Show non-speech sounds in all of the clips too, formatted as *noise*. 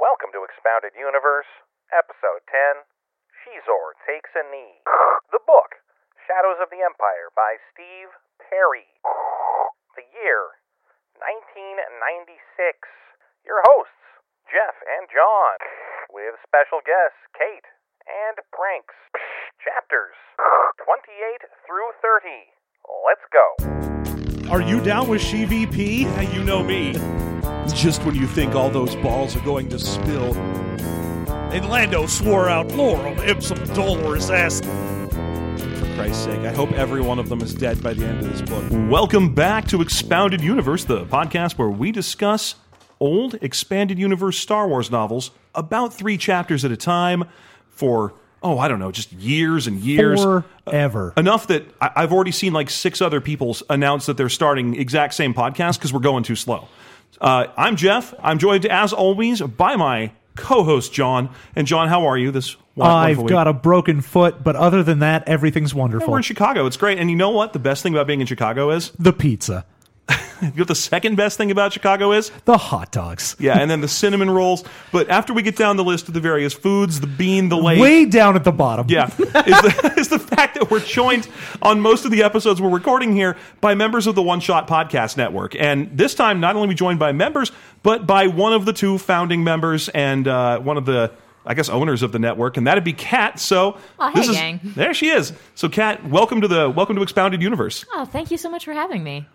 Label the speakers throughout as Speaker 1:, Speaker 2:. Speaker 1: Welcome to Expounded Universe, Episode 10 Shizor Takes a Knee. The book, Shadows of the Empire by Steve Perry. The year, 1996. Your hosts, Jeff and John, with special guests Kate and Pranks. Chapters 28 through 30. Let's go.
Speaker 2: Are you down with She VP? You know me. Just when you think all those balls are going to spill. And Lando swore out Laurel Ipsum Dolores ass. For Christ's sake, I hope every one of them is dead by the end of this book.
Speaker 3: Welcome back to Expounded Universe, the podcast where we discuss old expanded universe Star Wars novels about three chapters at a time for, oh, I don't know, just years and years. Uh,
Speaker 4: forever.
Speaker 3: Enough that I- I've already seen like six other people s- announce that they're starting exact same podcast because we're going too slow. Uh, I'm Jeff. I'm joined, as always, by my co host, John. And, John, how are you this won- wonderful
Speaker 4: I've
Speaker 3: week?
Speaker 4: got a broken foot, but other than that, everything's wonderful.
Speaker 3: We're in Chicago. It's great. And you know what? The best thing about being in Chicago is? *laughs*
Speaker 4: the pizza,
Speaker 3: You know what the second best thing about Chicago is?
Speaker 4: the hot dogs.
Speaker 3: Yeah, and then the cinnamon rolls. But after we get down the list of the various foods, the bean, the lake.
Speaker 4: Way down at the bottom.
Speaker 5: *laughs*
Speaker 3: Yeah, is the, *laughs* is the fact that we're joined on most of the episodes we're recording here by members of the One Shot Podcast Network. And this time, not only are we joined by members, but by one of the two founding members and uh, one of the, I guess, owners of the network, and that'd be Kat. So,
Speaker 5: Oh, hey,
Speaker 3: this is-
Speaker 5: gang.
Speaker 3: there she is. So, Kat, welcome to the welcome to Expounded Universe.
Speaker 5: Oh, thank you so much for having me.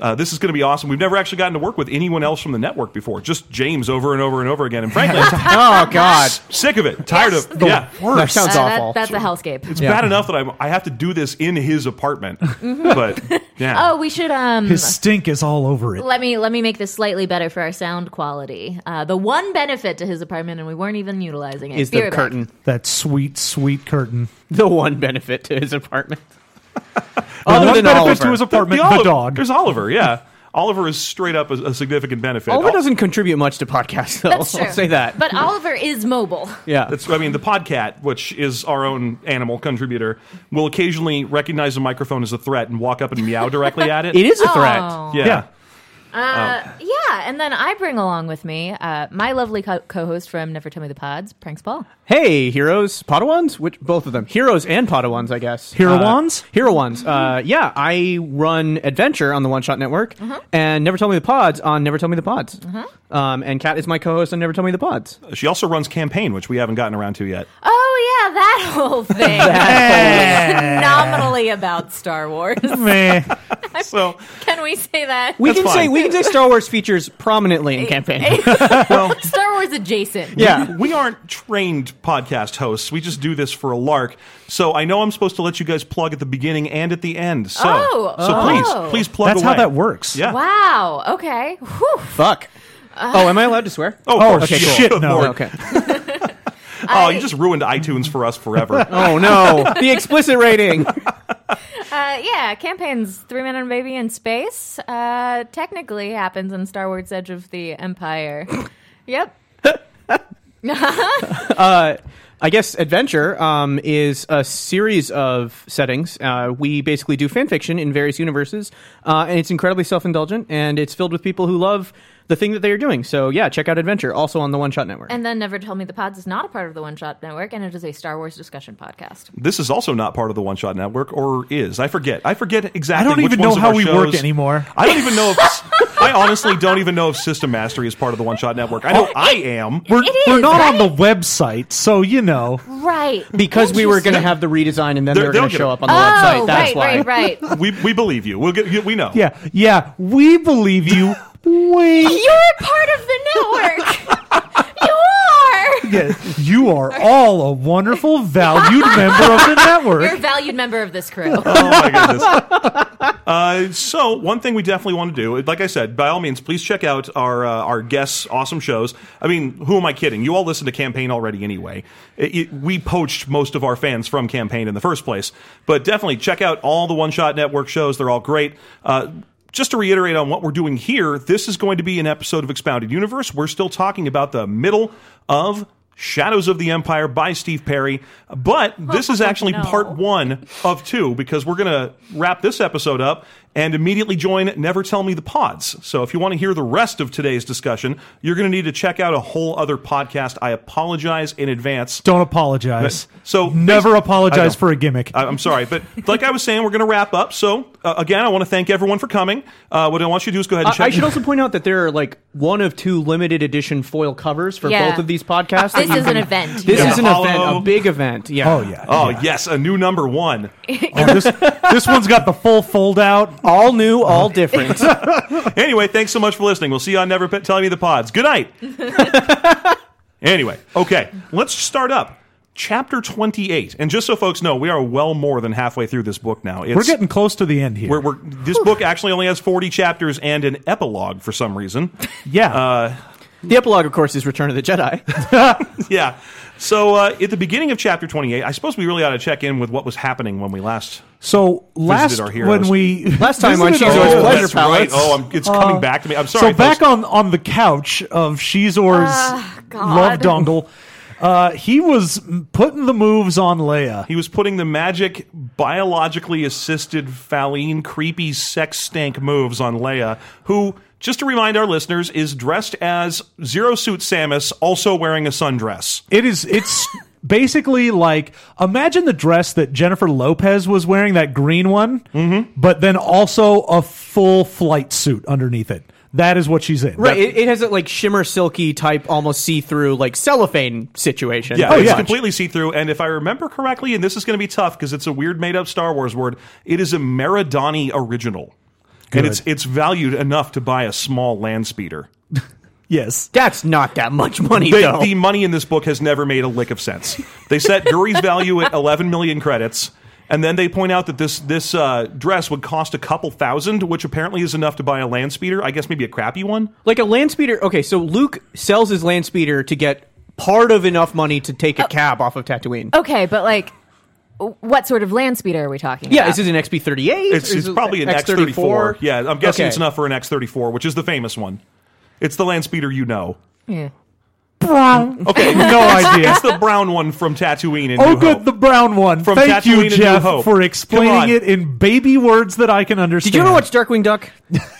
Speaker 3: Uh, this is going to be awesome. We've never actually gotten to work with anyone else from the network before. Just James over and over and over again. And
Speaker 4: *laughs*
Speaker 3: frankly, I'm
Speaker 6: Oh God,
Speaker 3: sick of it. Tired of yeah.
Speaker 6: that sounds
Speaker 5: Uh, that-
Speaker 6: awful.
Speaker 5: that's a hellscape. Oh,
Speaker 3: It's bad enough that I'm, I have to do this in his
Speaker 4: *laughs*
Speaker 3: apartment. But
Speaker 4: Mm-hmm.
Speaker 3: yeah,
Speaker 5: oh, we should um
Speaker 4: His stink is all over it.
Speaker 5: let me let me make this slightly better for our sound quality. Uh, the one benefit to his apartment, and we weren't even utilizing it,
Speaker 6: is
Speaker 5: Be
Speaker 6: the
Speaker 5: right back.
Speaker 6: curtain
Speaker 4: That sweet, sweet curtain.
Speaker 6: the one benefit to his *laughs* apartment?
Speaker 4: the
Speaker 6: Other
Speaker 4: one
Speaker 6: than
Speaker 4: benefit
Speaker 6: Oliver,
Speaker 4: to his apartment, the,
Speaker 3: Oliver,
Speaker 4: dog.
Speaker 3: There's Oliver. Yeah, Oliver is straight up a, a significant benefit.
Speaker 6: Oliver
Speaker 3: Al-
Speaker 6: doesn't contribute much to podcasts, though. *laughs*
Speaker 5: That's true.
Speaker 6: I'll say that.
Speaker 5: But Oliver is
Speaker 6: *laughs*
Speaker 5: mobile.
Speaker 6: yeah,
Speaker 3: That's, I mean, the podcat, which is our own animal contributor, will occasionally recognize the microphone as a threat and walk up and meow directly at
Speaker 4: *laughs*
Speaker 3: it.
Speaker 6: it is a threat.
Speaker 5: Oh.
Speaker 3: Yeah.
Speaker 4: Yeah.
Speaker 5: Uh, yeah, and then I bring along with me uh, my lovely co- co-host from Never Tell Me the Pods, Pranks Paul.
Speaker 6: Hey, heroes, Padawans, which both of them, heroes and Padawans, I guess.
Speaker 4: Herowans?
Speaker 6: uh, Herowans. Uh, yeah, I run Adventure on the One Shot Network, and Never Tell Me the Pods on Never Tell Me the Pods. Um, and Kat is my co-host on Never Tell Me the Pods.
Speaker 3: She also runs campaign, which we haven't gotten around to yet.
Speaker 5: Oh yeah, that whole *laughs* thing. Nominally about Star
Speaker 3: *laughs*
Speaker 5: Wars. *laughs*
Speaker 4: Meh.
Speaker 3: So
Speaker 5: Can we say that?
Speaker 6: We
Speaker 3: That's
Speaker 6: can say
Speaker 3: fine.
Speaker 6: we can say Star Wars features prominently *laughs* in campaign.
Speaker 5: Star Wars adjacent.
Speaker 6: *laughs* yeah,
Speaker 3: we aren't trained podcast hosts. We just do this for a lark. So I know I'm supposed to let you guys plug at the beginning and at the end. So,
Speaker 5: Oh,
Speaker 3: so
Speaker 5: oh.
Speaker 3: please, please plug
Speaker 4: That's how
Speaker 3: away.
Speaker 4: that works.
Speaker 3: Yeah.
Speaker 5: Wow. Okay. Whew.
Speaker 6: fuck. oh, am I allowed to swear?
Speaker 3: Oh, *laughs*
Speaker 4: okay, shit,
Speaker 3: cool.
Speaker 4: no.
Speaker 3: Lord.
Speaker 6: okay.
Speaker 3: Oh, you just ruined iTunes for us
Speaker 5: *laughs*
Speaker 3: forever.
Speaker 6: *laughs* Oh no, the explicit rating.
Speaker 5: Uh, yeah, campaigns Three Men and a Baby in Space uh, technically happens in Star Wars Edge of the Empire. yep.
Speaker 6: I guess Adventure um, is a series of settings. Uh, we basically do fan fiction in various universes, uh, and it's incredibly self-indulgent, and it's filled with people who love the thing that they are doing. So yeah, check out Adventure, also on the One Shot Network.
Speaker 5: And then Never Tell Me the Pods is not a part of the One Shot Network, and it is a Star Wars discussion podcast.
Speaker 3: this is also not part of the One Shot Network, or is? I forget. I forget
Speaker 4: I
Speaker 3: exactly.
Speaker 4: don't
Speaker 3: which
Speaker 4: even
Speaker 3: ones
Speaker 4: know
Speaker 3: of
Speaker 4: how
Speaker 3: our
Speaker 4: we
Speaker 3: shows-
Speaker 4: work anymore.
Speaker 3: I don't even know if.
Speaker 4: *laughs*
Speaker 3: I honestly don't even know if System Mastery is part of the One Shot Network. I know I am.
Speaker 4: Oh, We're,
Speaker 5: It is,
Speaker 4: we're not on the website, so you know.
Speaker 5: Right.
Speaker 6: because we were going to
Speaker 5: Interesting.
Speaker 6: have the redesign, and
Speaker 3: They're-
Speaker 6: then they were going
Speaker 3: they'll
Speaker 6: to
Speaker 3: get
Speaker 6: show
Speaker 3: it.
Speaker 6: up on the
Speaker 5: Oh,
Speaker 6: website. That's
Speaker 5: right,
Speaker 6: why.
Speaker 5: right, right,
Speaker 3: We, we believe you. We'll get. We know.
Speaker 4: Yeah, yeah, we
Speaker 3: *laughs*
Speaker 4: believe you. We,
Speaker 5: *laughs* You're a part of the
Speaker 6: *laughs*
Speaker 5: network. you
Speaker 4: *laughs*
Speaker 5: are.
Speaker 4: yeah, you are all a wonderful, valued member of the
Speaker 5: *laughs* You're a
Speaker 4: network.
Speaker 5: valued member of this crew.
Speaker 3: oh my goodness. Uh, so one thing we definitely want to do, like I said, by all means, please check out our uh, our guests' awesome shows. I mean, who am I kidding? You all listen to Campaign already anyway. It, it, we poached most of our fans from Campaign in the first place, but definitely check out all the One Shot Network shows. They're all great. Uh, just to reiterate on what we're doing here, this is going to be an episode of Expounded Universe. We're still talking about the middle of Shadows of the Empire by Steve Perry, but this is actually
Speaker 5: No.
Speaker 3: part one of two because we're going to wrap this episode up and immediately join Never Tell Me the Pods. So if you want to hear the rest of today's discussion, you're going to need to check out a whole other podcast. I apologize in advance.
Speaker 4: Don't apologize.
Speaker 3: So basi-
Speaker 4: never
Speaker 3: I know.
Speaker 4: apologize for a gimmick.
Speaker 3: I- I'm sorry, but like I was saying, we're going to wrap up. So uh, again, I want to thank everyone for coming. Uh, what I want you to do is go ahead and
Speaker 6: I,
Speaker 3: check.
Speaker 6: I should also point out that there are like one of two limited edition foil covers for
Speaker 5: Yeah. Uh,
Speaker 6: both of these podcasts. that
Speaker 5: This
Speaker 6: you
Speaker 5: is
Speaker 6: can-
Speaker 5: an event.
Speaker 6: This
Speaker 3: Yeah.
Speaker 6: is an
Speaker 3: Apollo.
Speaker 6: event, a big event. *laughs* Yeah.
Speaker 4: oh yeah.
Speaker 3: *laughs* oh yes, a new number
Speaker 6: *laughs*
Speaker 3: one.
Speaker 4: Oh, this this one's got the full fold out.
Speaker 6: All new, all different.
Speaker 3: Anyway, thanks so much for listening. We'll see you on Never P- Tell Me the Pods. Good
Speaker 4: *laughs*
Speaker 3: night. anyway, okay, let's start up. Chapter 28. And just so folks know, we are well more than halfway through this book now. It's,
Speaker 4: We're getting close to the end here.
Speaker 3: We're, we're, this book actually only has 40 chapters and an epilogue for some
Speaker 4: *laughs*
Speaker 3: reason.
Speaker 4: yeah.
Speaker 6: uh, the epilogue, of course, is Return of
Speaker 3: *laughs*
Speaker 6: the Jedi.
Speaker 3: yeah. So uh, at the beginning of chapter 28, I suppose we really ought to check in with what was happening when we last.
Speaker 4: so last
Speaker 3: our heroes.
Speaker 4: when we
Speaker 6: Last time on
Speaker 4: visited
Speaker 6: She's Always
Speaker 4: our-
Speaker 6: Oh, Pleasure
Speaker 3: that's right.
Speaker 6: Palace.
Speaker 3: Oh, I'm, it's coming back to me. I'm sorry.
Speaker 4: Uh, so back
Speaker 3: folks.
Speaker 4: on on the couch of Shizor's love
Speaker 5: God.
Speaker 4: dongle, uh, he was putting the moves on Leia.
Speaker 3: He was putting the magic, biologically assisted, phalline, creepy, sex stank moves on Leia, who, just to remind our listeners, is dressed as Zero Suit Samus, also wearing a sundress.
Speaker 4: It is it's basically like imagine the dress that Jennifer Lopez was wearing, that green one,
Speaker 6: Mm-hmm.
Speaker 4: but then also a full flight suit underneath it. That is what she's in.
Speaker 6: right. It, it has that like shimmer silky type, almost see through, like cellophane situation.
Speaker 3: Yeah,
Speaker 4: Oh,
Speaker 3: it's
Speaker 4: yeah.
Speaker 3: completely see through. And if I remember correctly, and this is going to be tough because it's a weird made up Star Wars word, it is a Maradani original. And
Speaker 4: Good.
Speaker 3: it's it's valued enough to buy a small land speeder.
Speaker 4: Yes.
Speaker 6: That's not that much money,
Speaker 3: They-
Speaker 6: though.
Speaker 3: the money in this book has never made a lick of sense. They set Guri's value at 11 million credits, and then they point out that this this uh, dress would cost a couple thousand, which apparently is enough to buy a land speeder. I guess maybe a crappy one.
Speaker 6: like a land speeder. Okay, so Luke sells his land speeder to get part of enough money to take
Speaker 3: Uh,
Speaker 6: a cab off of Tatooine.
Speaker 5: Okay, but like, what sort of land speeder are we talking
Speaker 6: Yeah,
Speaker 5: about?
Speaker 6: is it an XB38?
Speaker 3: It's,
Speaker 6: Or
Speaker 3: it's
Speaker 6: is it
Speaker 3: probably an X34. Yeah, I'm guessing
Speaker 6: Okay.
Speaker 3: it's enough for an X34, which is the famous one. It's the land speeder you know.
Speaker 5: Yeah.
Speaker 4: Brown.
Speaker 3: Okay.
Speaker 4: No idea.
Speaker 3: It's the brown one from Tatooine in
Speaker 4: Oh,
Speaker 3: New
Speaker 4: good,
Speaker 3: Hope.
Speaker 4: the brown one.
Speaker 3: From
Speaker 4: Thank
Speaker 3: Tatooine
Speaker 4: you,
Speaker 3: to New
Speaker 4: Jeff,
Speaker 3: Hope.
Speaker 4: for
Speaker 3: Come on.
Speaker 4: explaining it in baby words that I can understand.
Speaker 6: Did you ever watch
Speaker 3: *laughs*
Speaker 6: Darkwing Duck?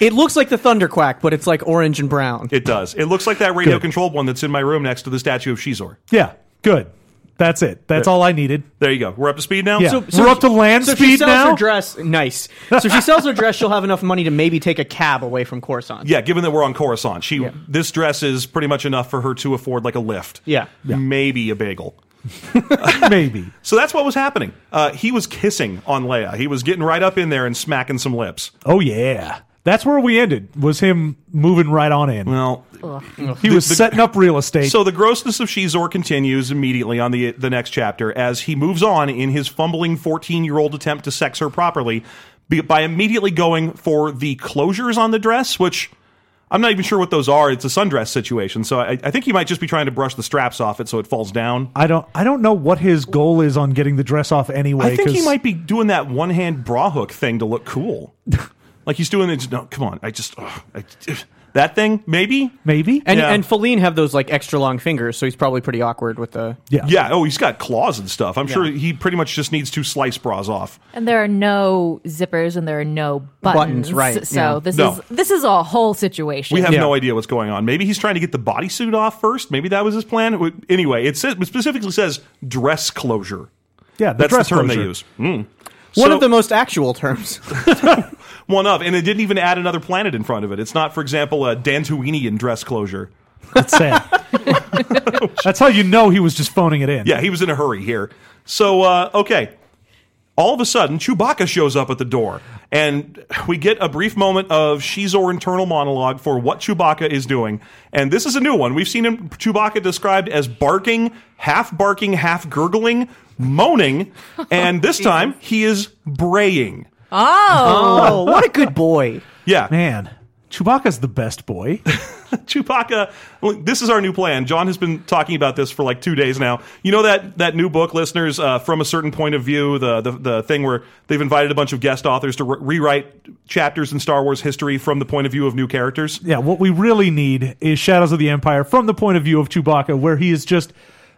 Speaker 6: it looks like the Thunderquack, but it's like orange and brown.
Speaker 3: it does. It looks like that radio controlled one that's in my room next to the statue of Shizor.
Speaker 4: Yeah, good. That's it. That's all I needed.
Speaker 3: *laughs* There you go. We're up to speed now.
Speaker 4: Yeah.
Speaker 3: So
Speaker 4: We're up to land
Speaker 6: so she
Speaker 4: speed
Speaker 6: sells
Speaker 4: now?
Speaker 6: Her dress, nice. So she sells her dress. She'll have enough money to maybe take a cab away from Coruscant.
Speaker 3: Yeah, given that we're on Coruscant, she this dress is pretty much enough for her to afford like a lift.
Speaker 6: Yeah. Yeah.
Speaker 3: maybe a bagel.
Speaker 4: Maybe.
Speaker 3: So that's what was happening. Uh, he was kissing on Leia. He was getting right up in there and smacking some lips.
Speaker 4: Oh yeah, that's where we ended. Was him moving right on in?
Speaker 3: Well,
Speaker 4: he was setting up real estate.
Speaker 3: so the grossness of Shizor continues immediately on the the next chapter as he moves on in his fumbling fourteen year old attempt to sex her properly be- by immediately going for the closures on the dress, which. I'm not even sure what those are. It's a sundress situation, so I, I think he might just be trying to brush the straps off it so it falls down.
Speaker 4: I don't. I don't know what his goal is on getting the dress off anyway.
Speaker 3: I think he
Speaker 4: 'cause-
Speaker 3: might be doing that one hand bra hook thing to look cool. like he's doing it. No, come on. I just ugh, I, *sighs* that thing maybe.
Speaker 4: Maybe.
Speaker 6: And
Speaker 3: Yeah.
Speaker 6: and Feline have those like extra long fingers, so he's probably pretty awkward with the.
Speaker 4: yeah.
Speaker 3: Yeah. Oh, he's got claws and stuff. I'm sure he pretty much just needs to slice bras off.
Speaker 5: And there are no zippers and there are no buttons.
Speaker 6: Buttons, right,
Speaker 5: So
Speaker 6: yeah.
Speaker 5: this
Speaker 3: No.
Speaker 5: is this is a whole situation.
Speaker 3: We have
Speaker 6: Yeah.
Speaker 3: no idea what's going on. Maybe he's trying to get the bodysuit off first. Maybe that was his plan. W- Anyway, it, says, it specifically says dress closure.
Speaker 4: Yeah, the
Speaker 3: That's
Speaker 4: dress
Speaker 3: the term
Speaker 4: closure.
Speaker 3: they use. Mm.
Speaker 6: One
Speaker 3: So-
Speaker 6: of the most actual terms.
Speaker 3: One of, and it didn't even add another planet in front of it. It's not, for example, a Dantuinian dress closure. *laughs*
Speaker 4: That's sad. That's how you know he was just phoning it in.
Speaker 3: Yeah, he was in a hurry here. So, uh, okay. All of a sudden, Chewbacca shows up at the door, and we get a brief moment of Shizor internal monologue for what Chewbacca is doing. And this is a new one. We've seen him, Chewbacca described as barking, half barking, half gurgling, moaning, and this time he is braying.
Speaker 5: oh,
Speaker 6: *laughs* oh, what a good boy!
Speaker 3: Yeah,
Speaker 4: Man, Chewbacca's the best boy.
Speaker 3: Chewbacca. well, This is our new plan. John has been talking about this for like two days now. You know that that new book, listeners, uh, from a certain point of view, the, the the thing where they've invited a bunch of guest authors to re- rewrite chapters in Star Wars history from the point of view of new characters.
Speaker 4: yeah, what we really need is Shadows of the Empire from the point of view of Chewbacca, where he is just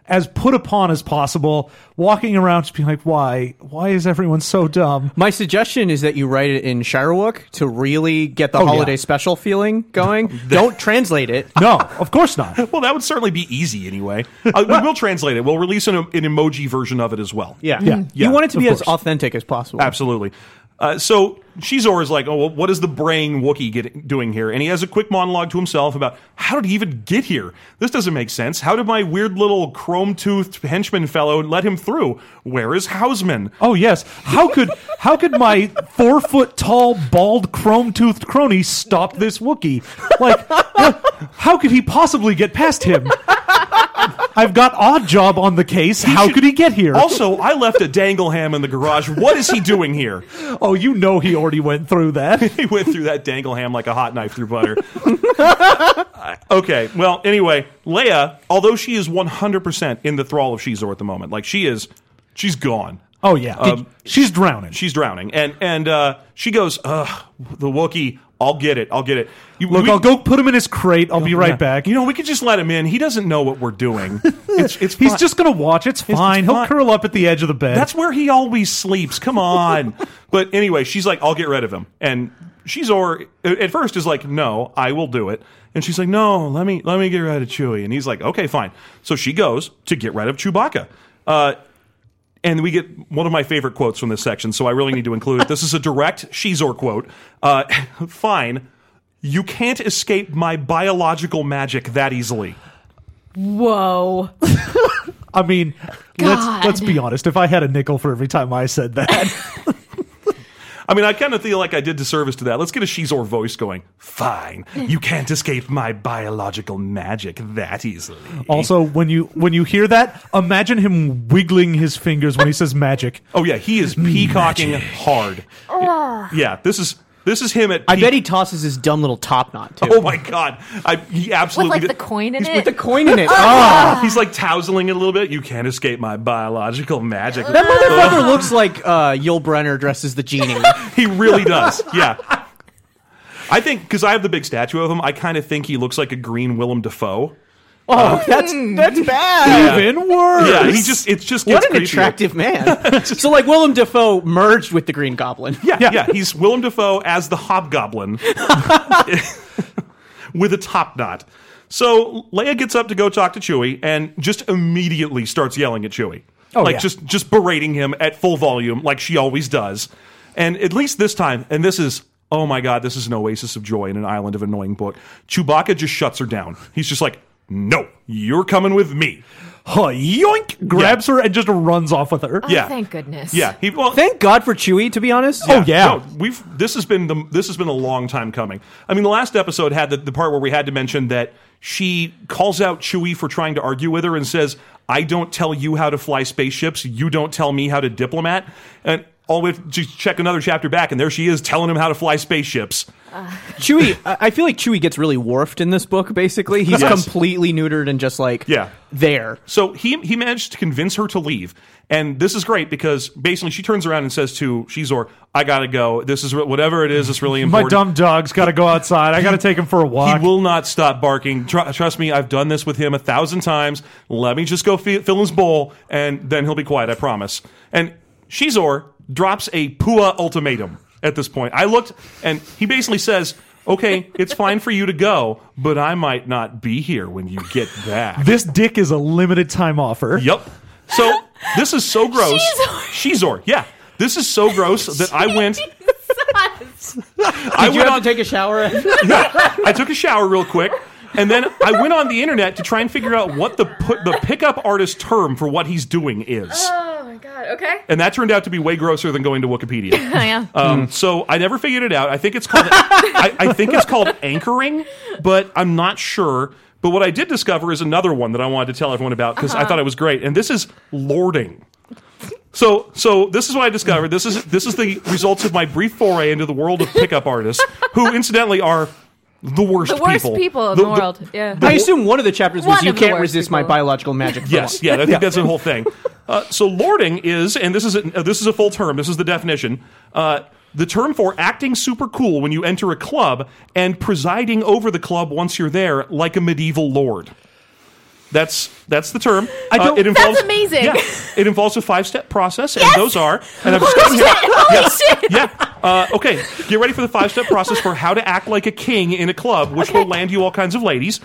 Speaker 4: as put upon as possible, walking around just being like, why? Why is everyone so dumb?
Speaker 6: My suggestion is that you write it in Shirewook to really get the
Speaker 4: yeah.
Speaker 6: holiday special feeling *laughs* going. Don't translate *laughs* it.
Speaker 4: *laughs* No, of course not.
Speaker 3: Well, that would certainly be easy anyway. Uh, we will translate it. We'll release an, an emoji version of it as well.
Speaker 6: Yeah.
Speaker 4: Yeah.
Speaker 3: Yeah,
Speaker 6: You want it to be
Speaker 4: of
Speaker 6: as
Speaker 4: course.
Speaker 6: authentic as possible.
Speaker 3: Absolutely. Uh, so Shizor is like, oh, well, what is the brain Wookiee get, doing here? And he has a quick monologue to himself about how did he even get here? This doesn't make sense. How did my weird little chrome toothed henchman fellow let him through? Where is Hausman?
Speaker 4: Oh yes. How could how could my four foot tall, bald, chrome toothed crony stop this Wookiee? Like uh, how could he possibly get past him? I've got odd job on the case. how
Speaker 3: should-
Speaker 4: could he Oh. get here?
Speaker 3: Also, I left a dangle ham in the garage. What is he doing here?
Speaker 4: oh, you know he already went through that.
Speaker 3: He went through that dangle ham like a hot knife through butter. I- okay, well, anyway, Leia, although she is 100% in the thrall of Shizor at the moment, like she is, she's gone.
Speaker 4: *laughs* Oh yeah. She's drowning.
Speaker 3: She's drowning, and and uh, she goes, "Ugh, the Wookiee. I'll get it. I'll get it." You,
Speaker 4: Look,
Speaker 3: we-
Speaker 4: I'll go put him in his crate. I'll be right
Speaker 3: yeah.
Speaker 4: back.
Speaker 3: You know, we could just let him in. He doesn't know what we're
Speaker 4: *laughs*
Speaker 3: doing. it's it's
Speaker 4: He's
Speaker 3: fine.
Speaker 4: just gonna watch. It's fine. He'll
Speaker 3: fine.
Speaker 4: curl up at the edge of the bed.
Speaker 3: that's where he always sleeps. Come on. but anyway, she's like, "I'll get rid of him," and she's or at first is like, "No, I will do it," and she's like, "No, let me let me get rid of Chewie," and he's like, "Okay, fine." So she goes to get rid of Chewbacca. Uh, and we get one of my favorite quotes from this section, so I really need to include it. This is a direct Shizor quote. Uh, *laughs* fine, you can't escape my biological magic that easily.
Speaker 5: Whoa.
Speaker 4: I mean,
Speaker 5: God.
Speaker 4: let's let's be honest. If I had a nickel for every time I said that,
Speaker 3: *laughs* I mean, I kind of feel like I did disservice to that. Let's get a Shizor voice going.
Speaker 5: *laughs*
Speaker 3: Fine, you can't escape my biological magic that easily.
Speaker 4: Also, when you when you hear that, imagine him wiggling his fingers when he
Speaker 3: *laughs*
Speaker 4: says magic.
Speaker 3: Oh yeah, he is peacocking hard. yeah, this is this is him at.
Speaker 6: I
Speaker 3: peak-
Speaker 6: bet he tosses his dumb little top knot too.
Speaker 3: Oh my god, I, he
Speaker 5: With
Speaker 3: absolutely
Speaker 5: like the
Speaker 3: did-
Speaker 5: coin in
Speaker 6: *laughs* With
Speaker 5: it.
Speaker 6: the coin *laughs* in it. Oh,
Speaker 3: He's like tousling it a little bit. You can't escape my biological magic.
Speaker 6: that motherfucker looks like uh, Yul Brenner dresses the genie.
Speaker 3: He really does. Yeah. I think because I have the big statue of him, I kind of think he looks like a green Willem Dafoe.
Speaker 6: Oh, that's *laughs* that's bad.
Speaker 4: Even worse.
Speaker 3: Yeah, he just it's just
Speaker 6: What
Speaker 3: gets
Speaker 6: an
Speaker 3: creepier.
Speaker 6: attractive *laughs* man. so like Willem Dafoe merged with the Green Goblin.
Speaker 3: Yeah, yeah, he's Willem Dafoe as the Hobgoblin *laughs* with a top knot. So Leia gets up to go talk to Chewie and just immediately starts yelling at Chewie.
Speaker 4: Oh,
Speaker 3: like
Speaker 4: yeah.
Speaker 3: just just berating him at full volume like she always does. And at least this time, and this is oh my god, this is an oasis of joy in an island of annoying book. Chewbacca just shuts her down. He's just like, "No, you're coming with me."
Speaker 4: Huh, yoink! Grabs her and just runs off with her.
Speaker 5: Oh,
Speaker 3: yeah.
Speaker 5: Thank goodness.
Speaker 3: Yeah, he well,
Speaker 6: Thank God for Chewie, to be honest.
Speaker 4: Oh, yeah.
Speaker 3: No, we've this has been the, this has been a long time coming. I mean, the last episode had the, the part where we had to mention that she calls out Chewie for trying to argue with her and says, "I don't tell you how to fly spaceships. You don't tell me how to diplomat." And all we have to check another chapter back, and there she is telling him how to fly spaceships.
Speaker 6: Chewie, I I feel like Chewie gets really dwarfed in this book. Basically, he's
Speaker 3: Yes.
Speaker 6: completely neutered and just like
Speaker 3: Yeah.
Speaker 6: there.
Speaker 3: So he he managed to convince her to leave, and this is great because basically she turns around and says to Shizor, "I gotta go. This is re- whatever it is. It's really
Speaker 4: *laughs* My
Speaker 3: important."
Speaker 4: dumb dog's got to go outside. I got to take him for a walk.
Speaker 3: He will not stop barking. Tr- trust me, I've done this with him a thousand times. Let me just go fi- fill his bowl, and then he'll be quiet. I promise. And Shizor drops a Pua ultimatum at this point. I looked, and he basically says, "Okay, it's fine for you to go, but I might not be here when you get back."
Speaker 4: this dick is a limited time offer.
Speaker 3: Yep. So this is so gross.
Speaker 5: Shizor.
Speaker 3: Shizor, yeah. This is so gross that I went.
Speaker 5: Jesus.
Speaker 3: I
Speaker 6: Did you
Speaker 3: went
Speaker 6: have
Speaker 3: on
Speaker 6: to take a shower?
Speaker 3: I took a shower real quick, and then I went on the internet to try and figure out what the put, the pickup artist term for what he's doing is,
Speaker 5: *laughs* Oh my god. Okay. *laughs*
Speaker 3: and that turned out to be way grosser than going to Wikipedia.
Speaker 5: I am.
Speaker 3: Um, so I never figured it out. I think it's called I, I think it's called anchoring, but I'm not sure. But what I did discover is another one that I wanted to tell everyone about because
Speaker 5: Uh-huh.
Speaker 3: I thought it was great, and this is lording. So, so this is what I discovered. This is this is the results of my brief foray into the world of pickup artists, who incidentally are the worst
Speaker 5: the
Speaker 3: people.
Speaker 5: worst people in the, world. yeah.
Speaker 6: I assume one of the chapters was
Speaker 5: One
Speaker 6: you
Speaker 5: of the
Speaker 6: can't
Speaker 5: worst
Speaker 6: resist my
Speaker 5: people.
Speaker 6: biological magic.
Speaker 3: Yes, yeah, I think that's the whole thing. Uh, so lording is, and this is a, uh, this is a full term. This is the definition. Uh, the term for acting super cool when you enter a club and presiding over the club once you're there, like a medieval lord. That's that's the term. Uh,
Speaker 4: I don't-
Speaker 3: it involves,
Speaker 5: That's amazing.
Speaker 3: Yeah, it involves a five-step process,
Speaker 5: Yes!
Speaker 3: and those are. And I've just
Speaker 5: Holy
Speaker 3: gotten
Speaker 5: shit!
Speaker 3: here.
Speaker 5: Holy shit!
Speaker 3: Yeah. Uh, okay. Get ready for the five-step process for how to act like a king in a club, which will land you all kinds of ladies.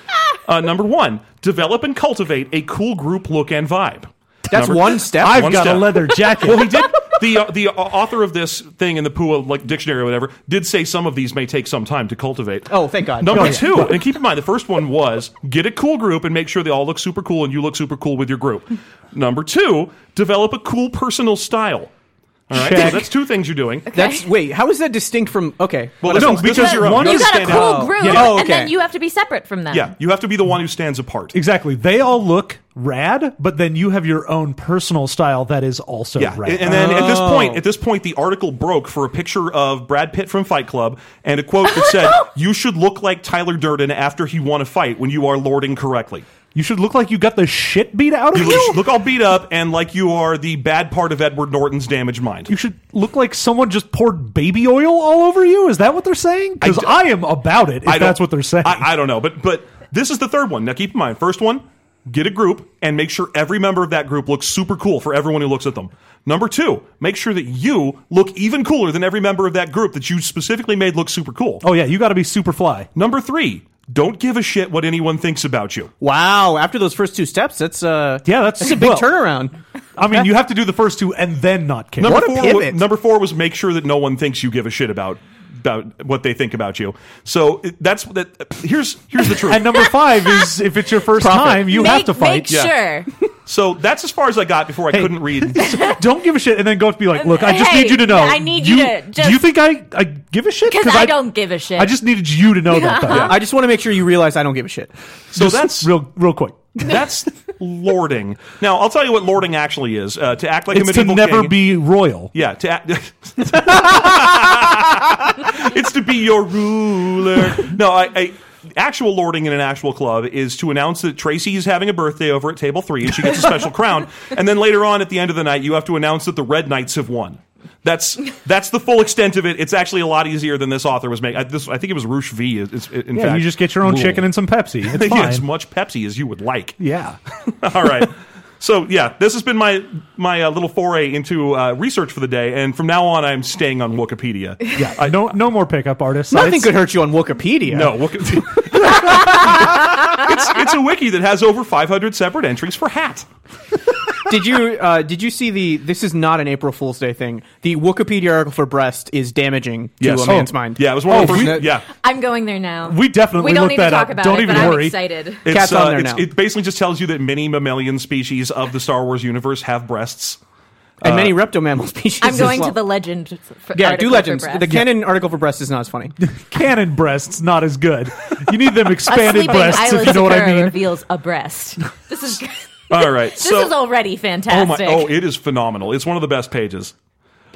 Speaker 3: Uh, number one: develop and cultivate a cool group look and vibe.
Speaker 6: That's
Speaker 3: Number-
Speaker 6: one step.
Speaker 4: I've
Speaker 3: One
Speaker 4: got
Speaker 3: step.
Speaker 4: a leather jacket. well, he did.
Speaker 3: the uh, the uh, author of this thing in the Pua like dictionary or whatever did say some of these may take some time to cultivate.
Speaker 6: Oh, thank God.
Speaker 3: Number
Speaker 6: Oh, yeah.
Speaker 3: two, and keep in mind the first one was get a cool group and make sure they all look super cool and you look super cool with your group. Number two, develop a cool personal style. All right, so
Speaker 4: Check.
Speaker 3: that's two things you're doing.
Speaker 6: That's wait. How is that distinct from? Okay.
Speaker 3: Well,
Speaker 6: What
Speaker 3: no,
Speaker 6: is-
Speaker 3: because
Speaker 6: what is-
Speaker 3: you're a-
Speaker 6: one
Speaker 5: You
Speaker 3: you're
Speaker 6: is-
Speaker 3: a-
Speaker 5: got a
Speaker 3: Understand
Speaker 5: cool
Speaker 6: how-
Speaker 5: group,
Speaker 6: Yeah. Oh,
Speaker 5: and then
Speaker 6: okay.
Speaker 5: you have to be separate from them.
Speaker 3: Yeah, you have to be the one who stands apart.
Speaker 4: Exactly. They all look rad, but then you have your own personal style that is also
Speaker 3: Yeah,
Speaker 4: rad. Uh-huh.
Speaker 3: and- and then at this point, at this point, the article broke for a picture of Brad Pitt from Fight Club and a quote that said, "You should look like Tyler Durden after he won a fight when you are lording correctly.
Speaker 4: you should look like you got the shit beat out of
Speaker 3: You
Speaker 4: you. *laughs*
Speaker 3: look, look all beat up and like you are the bad part of Edward Norton's damaged mind."
Speaker 4: You should look like someone just poured baby oil all over you. Is that what they're saying? Because
Speaker 3: d-
Speaker 4: I, am about it. If
Speaker 3: I don't-
Speaker 4: that's what they're saying.
Speaker 3: I, I don't know, but but this is the third one. Now keep in mind, first one, get a group and make sure every member of that group looks super cool for everyone who looks at them. Number two, make sure that you look even cooler than every member of that group that you specifically made look super cool.
Speaker 4: oh yeah, you got to be super fly.
Speaker 3: Number three, don't give a shit what anyone thinks about you.
Speaker 6: Wow. After those first two steps, that's uh
Speaker 4: Yeah, that's-
Speaker 6: a big
Speaker 4: well-
Speaker 6: turnaround.
Speaker 4: I mean, you have to do the first two and then not care.
Speaker 3: Number
Speaker 6: What a
Speaker 3: four,
Speaker 6: pivot.
Speaker 3: wa- number four was make sure that no one thinks you give a shit about about what they think about you. So it- that's that. Here's here's the truth.
Speaker 4: and number five is if it's your first
Speaker 6: Profit.
Speaker 4: time, you
Speaker 5: make,
Speaker 4: have to fight.
Speaker 5: Make sure.
Speaker 3: so that's as far as I got before I couldn't
Speaker 4: *laughs*
Speaker 3: read.
Speaker 4: don't give a shit, and then go up to be like, "Look, I just
Speaker 5: Hey,
Speaker 4: need you to know.
Speaker 5: I need you to just-
Speaker 4: do you think I, I give a shit?
Speaker 5: Because I, don't give a shit.
Speaker 4: I just needed you to know that.
Speaker 6: *laughs*
Speaker 4: though.
Speaker 6: I just want to make sure you realize I don't give a shit.
Speaker 3: So that's
Speaker 4: real, real quick.
Speaker 3: That's lording. Now, I'll tell you what lording actually is. Uh, to act like a
Speaker 4: It's to
Speaker 3: medieval
Speaker 4: never
Speaker 3: king-
Speaker 4: be royal.
Speaker 3: Yeah, to act. *laughs* it's to be your ruler. No, I. I Actual lording in an actual club is to announce that Tracy is having a birthday over at table three and she gets a
Speaker 4: *laughs*
Speaker 3: special crown. And then later on at the end of the night, you have to announce that the Red Knights have won. That's that's the full extent of it. It's actually a lot easier than this author was making. I, this, I think it was Roosh V. Is, is, in
Speaker 4: Yeah,
Speaker 3: fact,
Speaker 4: you just get your own
Speaker 3: ruled.
Speaker 4: chicken and
Speaker 3: *laughs*
Speaker 4: some Pepsi. It's
Speaker 3: Yeah, as
Speaker 4: fine.
Speaker 3: much Pepsi as you would like.
Speaker 4: Yeah.
Speaker 3: *laughs* All right. So yeah, this has been my my uh, little foray into uh, research for the day, and from now on, I'm staying on
Speaker 6: *laughs*
Speaker 3: Wikipedia. *laughs*
Speaker 4: Yeah. no, no more pickup artists.
Speaker 6: Nothing
Speaker 4: It's-
Speaker 6: could hurt you on Wikipedia.
Speaker 3: No, Wiki- *laughs* it's it's a wiki that has over 500 separate entries for hat.
Speaker 6: did you uh, did you see the? This is not an April Fool's Day thing. The Wikipedia article for breast is damaging to
Speaker 3: Yes.
Speaker 6: a man's
Speaker 3: Oh,
Speaker 6: mind.
Speaker 3: Yeah, it was one of the
Speaker 6: Oh,
Speaker 3: first.
Speaker 6: we-
Speaker 3: yeah,
Speaker 5: I'm going there now.
Speaker 4: We definitely
Speaker 5: we don't
Speaker 4: looked
Speaker 5: need
Speaker 4: that
Speaker 5: to talk
Speaker 4: up.
Speaker 5: about
Speaker 4: Don't
Speaker 5: it,
Speaker 4: even
Speaker 5: but
Speaker 4: worry.
Speaker 5: I'm excited.
Speaker 3: it's, uh,
Speaker 6: Cat's on there
Speaker 3: it's-
Speaker 6: now.
Speaker 3: It basically just tells you that many mammalian species of the Star Wars universe have breasts.
Speaker 6: and
Speaker 3: Uh,
Speaker 6: many reptomammal *laughs* species.
Speaker 5: I'm
Speaker 6: as
Speaker 5: going
Speaker 6: well.
Speaker 5: to the legend. For
Speaker 6: Yeah,
Speaker 5: article
Speaker 6: do
Speaker 5: for
Speaker 6: legends.
Speaker 5: breasts.
Speaker 6: The canon article for breast is not as funny.
Speaker 3: *laughs*
Speaker 4: Cannon breasts, not as good. You need them
Speaker 5: A
Speaker 4: expanded
Speaker 5: sleeping
Speaker 4: breasts, if
Speaker 5: Isla
Speaker 4: you know what I
Speaker 5: Sakura
Speaker 4: mean.
Speaker 5: reveals a breast. This is *laughs* this
Speaker 3: All right, Uh, so
Speaker 5: is already
Speaker 3: oh my,
Speaker 5: fantastic.
Speaker 3: oh, it is phenomenal. It's one of the best pages.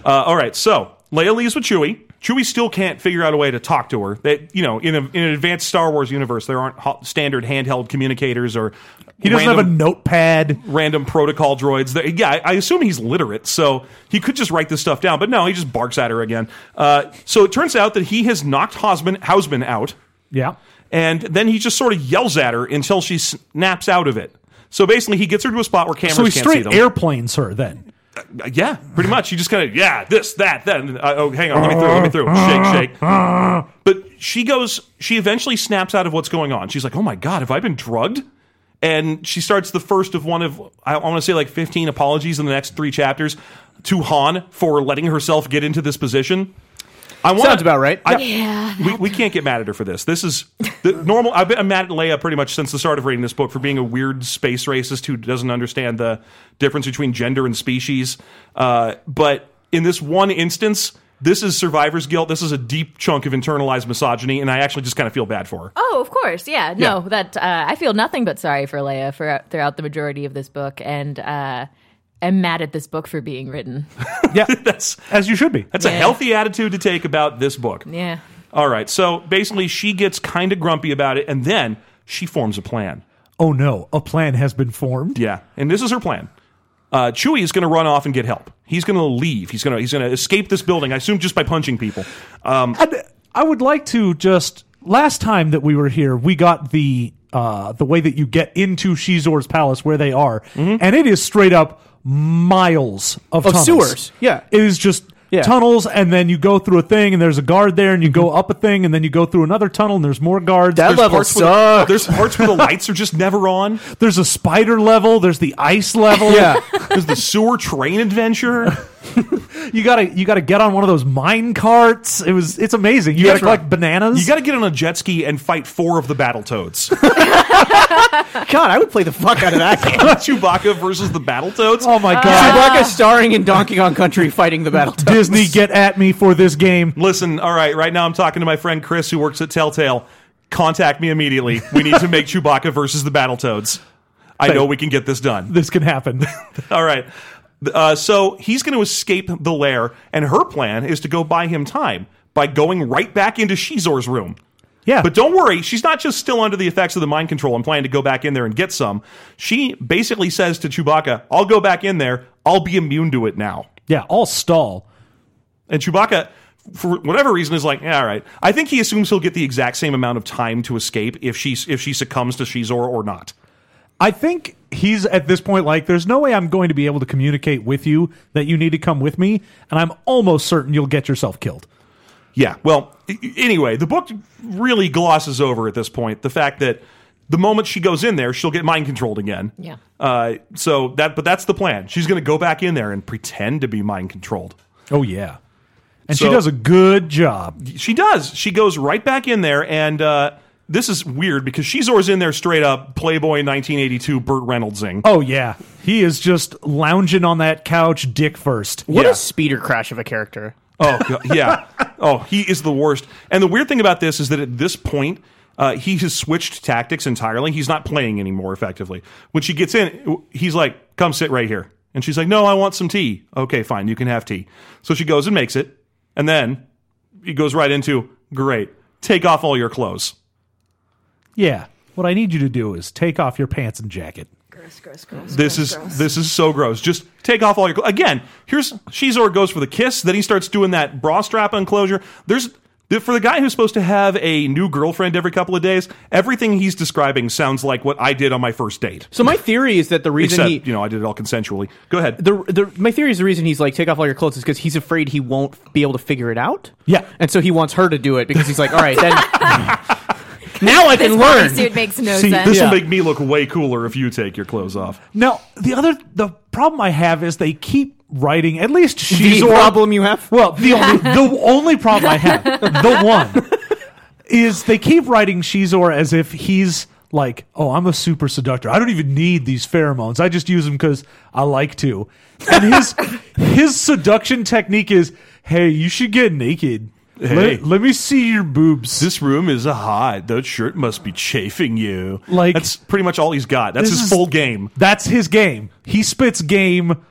Speaker 3: Uh, all right, so Leia leaves with Chewie. Chewie still can't figure out a way to talk to her. That you know, in, a, in an advanced Star Wars universe, there aren't ho- standard handheld communicators or
Speaker 4: He doesn't
Speaker 3: random,
Speaker 4: have a notepad.
Speaker 3: random protocol droids. That, yeah, I, I assume he's literate, so he could just write this stuff down. But no, he just barks at her again. Uh, so it turns out that he has knocked Hosman Hausman out,
Speaker 4: Yeah.
Speaker 3: and then he just sort of yells at her until she snaps out of it. So basically, he gets her to a spot where cameras
Speaker 4: So he
Speaker 3: can't see
Speaker 4: straight
Speaker 3: them.
Speaker 4: airplanes her then.
Speaker 3: Yeah, pretty much. You just kind of yeah, this, that, that. and, Uh, oh, hang on, let me through, let me through. Shake, shake. But she goes. She eventually snaps out of what's going on. She's like, oh my god, have I been drugged? And she starts the first of one of I want to say like fifteen apologies in the next three chapters to Han for letting herself get into this position. I want
Speaker 6: Sounds about right.
Speaker 3: I,
Speaker 5: Yeah,
Speaker 3: we, we can't get mad at her for this. This is the normal. I've been mad at Leia pretty much since the start of reading this book for being a weird space racist who doesn't understand the difference between gender and species. Uh, but in this one instance, this is survivor's guilt. This is a deep chunk of internalized misogyny, and I actually just kind of feel bad for her. *laughs*
Speaker 5: Oh, of course, yeah. No,
Speaker 3: Yeah.
Speaker 5: that uh, I feel nothing but sorry for Leia for uh, throughout the majority of this book, and uh, am mad at this book for being written.
Speaker 4: Yeah.
Speaker 3: That's
Speaker 4: as you should be.
Speaker 3: that's a
Speaker 5: Yeah.
Speaker 3: healthy attitude to take about this book.
Speaker 5: Yeah,
Speaker 3: All right, so basically, she gets kind of grumpy about it, and then she forms a plan.
Speaker 4: Oh no, a plan has been formed.
Speaker 3: Yeah, and this is her plan. Uh, Chewie is going to run off and get help. He's going to leave. He's going to he's going to escape this building. I assume just by punching people. Um,
Speaker 4: And I would like to just last time that we were here, we got the uh, the way that you get into Shizor's palace where they are, and it is straight up miles of,
Speaker 6: Of
Speaker 4: tunnels.
Speaker 6: sewers, yeah.
Speaker 4: it is just.
Speaker 6: Yeah.
Speaker 4: Tunnels, and then you go through a thing, and there's a guard there, and you go up a thing, and then you go through another tunnel, and there's more guards.
Speaker 6: That
Speaker 4: there's,
Speaker 6: level
Speaker 3: parts where-
Speaker 6: sucks.
Speaker 3: There's parts where the lights are just never on.
Speaker 4: there's a spider level, there's the ice level.
Speaker 6: yeah.
Speaker 3: There's the sewer train adventure.
Speaker 4: you gotta you gotta get on one of those mine carts. It was it's amazing. You gotta
Speaker 3: That's
Speaker 4: collect
Speaker 3: right.
Speaker 4: bananas.
Speaker 3: You got to get on a jet ski and fight four of the battle
Speaker 6: *laughs*
Speaker 3: toads.
Speaker 6: *laughs* God, I would play the
Speaker 5: *laughs*
Speaker 6: fuck out of that game.
Speaker 3: Chewbacca versus the battle toads.
Speaker 4: oh my god!
Speaker 6: Chewbacca starring in Donkey Kong Country fighting the battle.
Speaker 4: Disney, get at me for this game.
Speaker 3: Listen, all right, right now I'm talking to my friend Chris who works at Telltale. Contact me immediately. We need to make Chewbacca versus the Battletoads. I know we can get this done.
Speaker 4: This can happen.
Speaker 3: All right. Uh, so he's going to escape the lair, and her plan is to go buy him time by going right back into Shizor's room.
Speaker 4: *laughs* yeah,
Speaker 3: But don't worry, she's not just still under the effects of the mind control and planning to go back in there and get some. She basically says to Chewbacca, I'll go back in there, I'll be immune to it now.
Speaker 4: yeah, all stall.
Speaker 3: And Chewbacca, for whatever reason, is like, yeah, all right. I think he assumes he'll get the exact same amount of time to escape if she if she succumbs to Shizor or not.
Speaker 4: I think he's at this point like, there's no way I'm going to be able to communicate with you that you need to come with me, and I'm almost certain you'll get yourself killed.
Speaker 3: Yeah. Well, i- i- anyway, the book really glosses over at this point the fact that the moment she goes in there, she'll get mind controlled again.
Speaker 5: Yeah.
Speaker 3: Uh, so that, but that's the plan. She's going to go back in there and pretend to be mind controlled.
Speaker 4: Oh yeah, and she
Speaker 3: So-
Speaker 4: does a good job.
Speaker 3: She does. She goes right back in there, and uh, this is weird because Shizor's in there straight up Playboy 1982 Burt Reynoldsing.
Speaker 4: Oh yeah, he is just lounging on that couch, dick first.
Speaker 6: What
Speaker 3: Yeah.
Speaker 6: a speeder crash of a character.
Speaker 3: Oh God, yeah. Oh, he is the worst. And the weird thing about this is that at this point, uh, he has switched tactics entirely. He's not playing anymore effectively. When she gets in, he's like, "Come sit right here," and she's like, "No, I want some tea." Okay, fine, you can have tea. So she goes and makes it, and then he goes right into, "Great, take off all your clothes."
Speaker 4: Yeah, what I need you to do is take off your pants and jacket.
Speaker 5: Gross, gross, gross.
Speaker 3: This is this is so gross. Just take off all your clothes. Again, here's Shizor goes for the kiss, then he starts doing that bra strap unclosure. There's th- for the guy who's supposed to have a new girlfriend every couple of days, everything he's describing sounds like what I did on my first date.
Speaker 6: So my theory is that the reason
Speaker 3: Except,
Speaker 6: he
Speaker 3: you know, I did it all consensually. Go ahead.
Speaker 6: the, the my theory is the reason he's like take off all your clothes is because he's afraid he won't be able to figure it out.
Speaker 4: Yeah.
Speaker 6: and so he wants her to do it because he's like,
Speaker 5: *laughs*
Speaker 6: all right, then now I can learn.
Speaker 5: Suit makes no
Speaker 4: See,
Speaker 5: sense.
Speaker 3: this
Speaker 4: Yeah.
Speaker 3: will make me look way cooler if you take your clothes off.
Speaker 4: Now, the other the problem I have is they keep writing. At least
Speaker 6: The
Speaker 4: she's
Speaker 6: problem you have.
Speaker 4: Well, the only, the only problem I have, the one, is they keep writing Shizor as if he's like, oh, I'm a super seductor. I don't even need these pheromones. I just use them because I like to. And his *laughs* his seduction technique is, hey, you should get naked.
Speaker 3: Hey.
Speaker 4: Let, let me see your boobs.
Speaker 3: This room is hot. That shirt must be chafing you.
Speaker 4: Like-
Speaker 3: that's pretty much all he's got. That's
Speaker 4: This
Speaker 3: his
Speaker 4: is-
Speaker 3: full game.
Speaker 4: That's his game. He spits game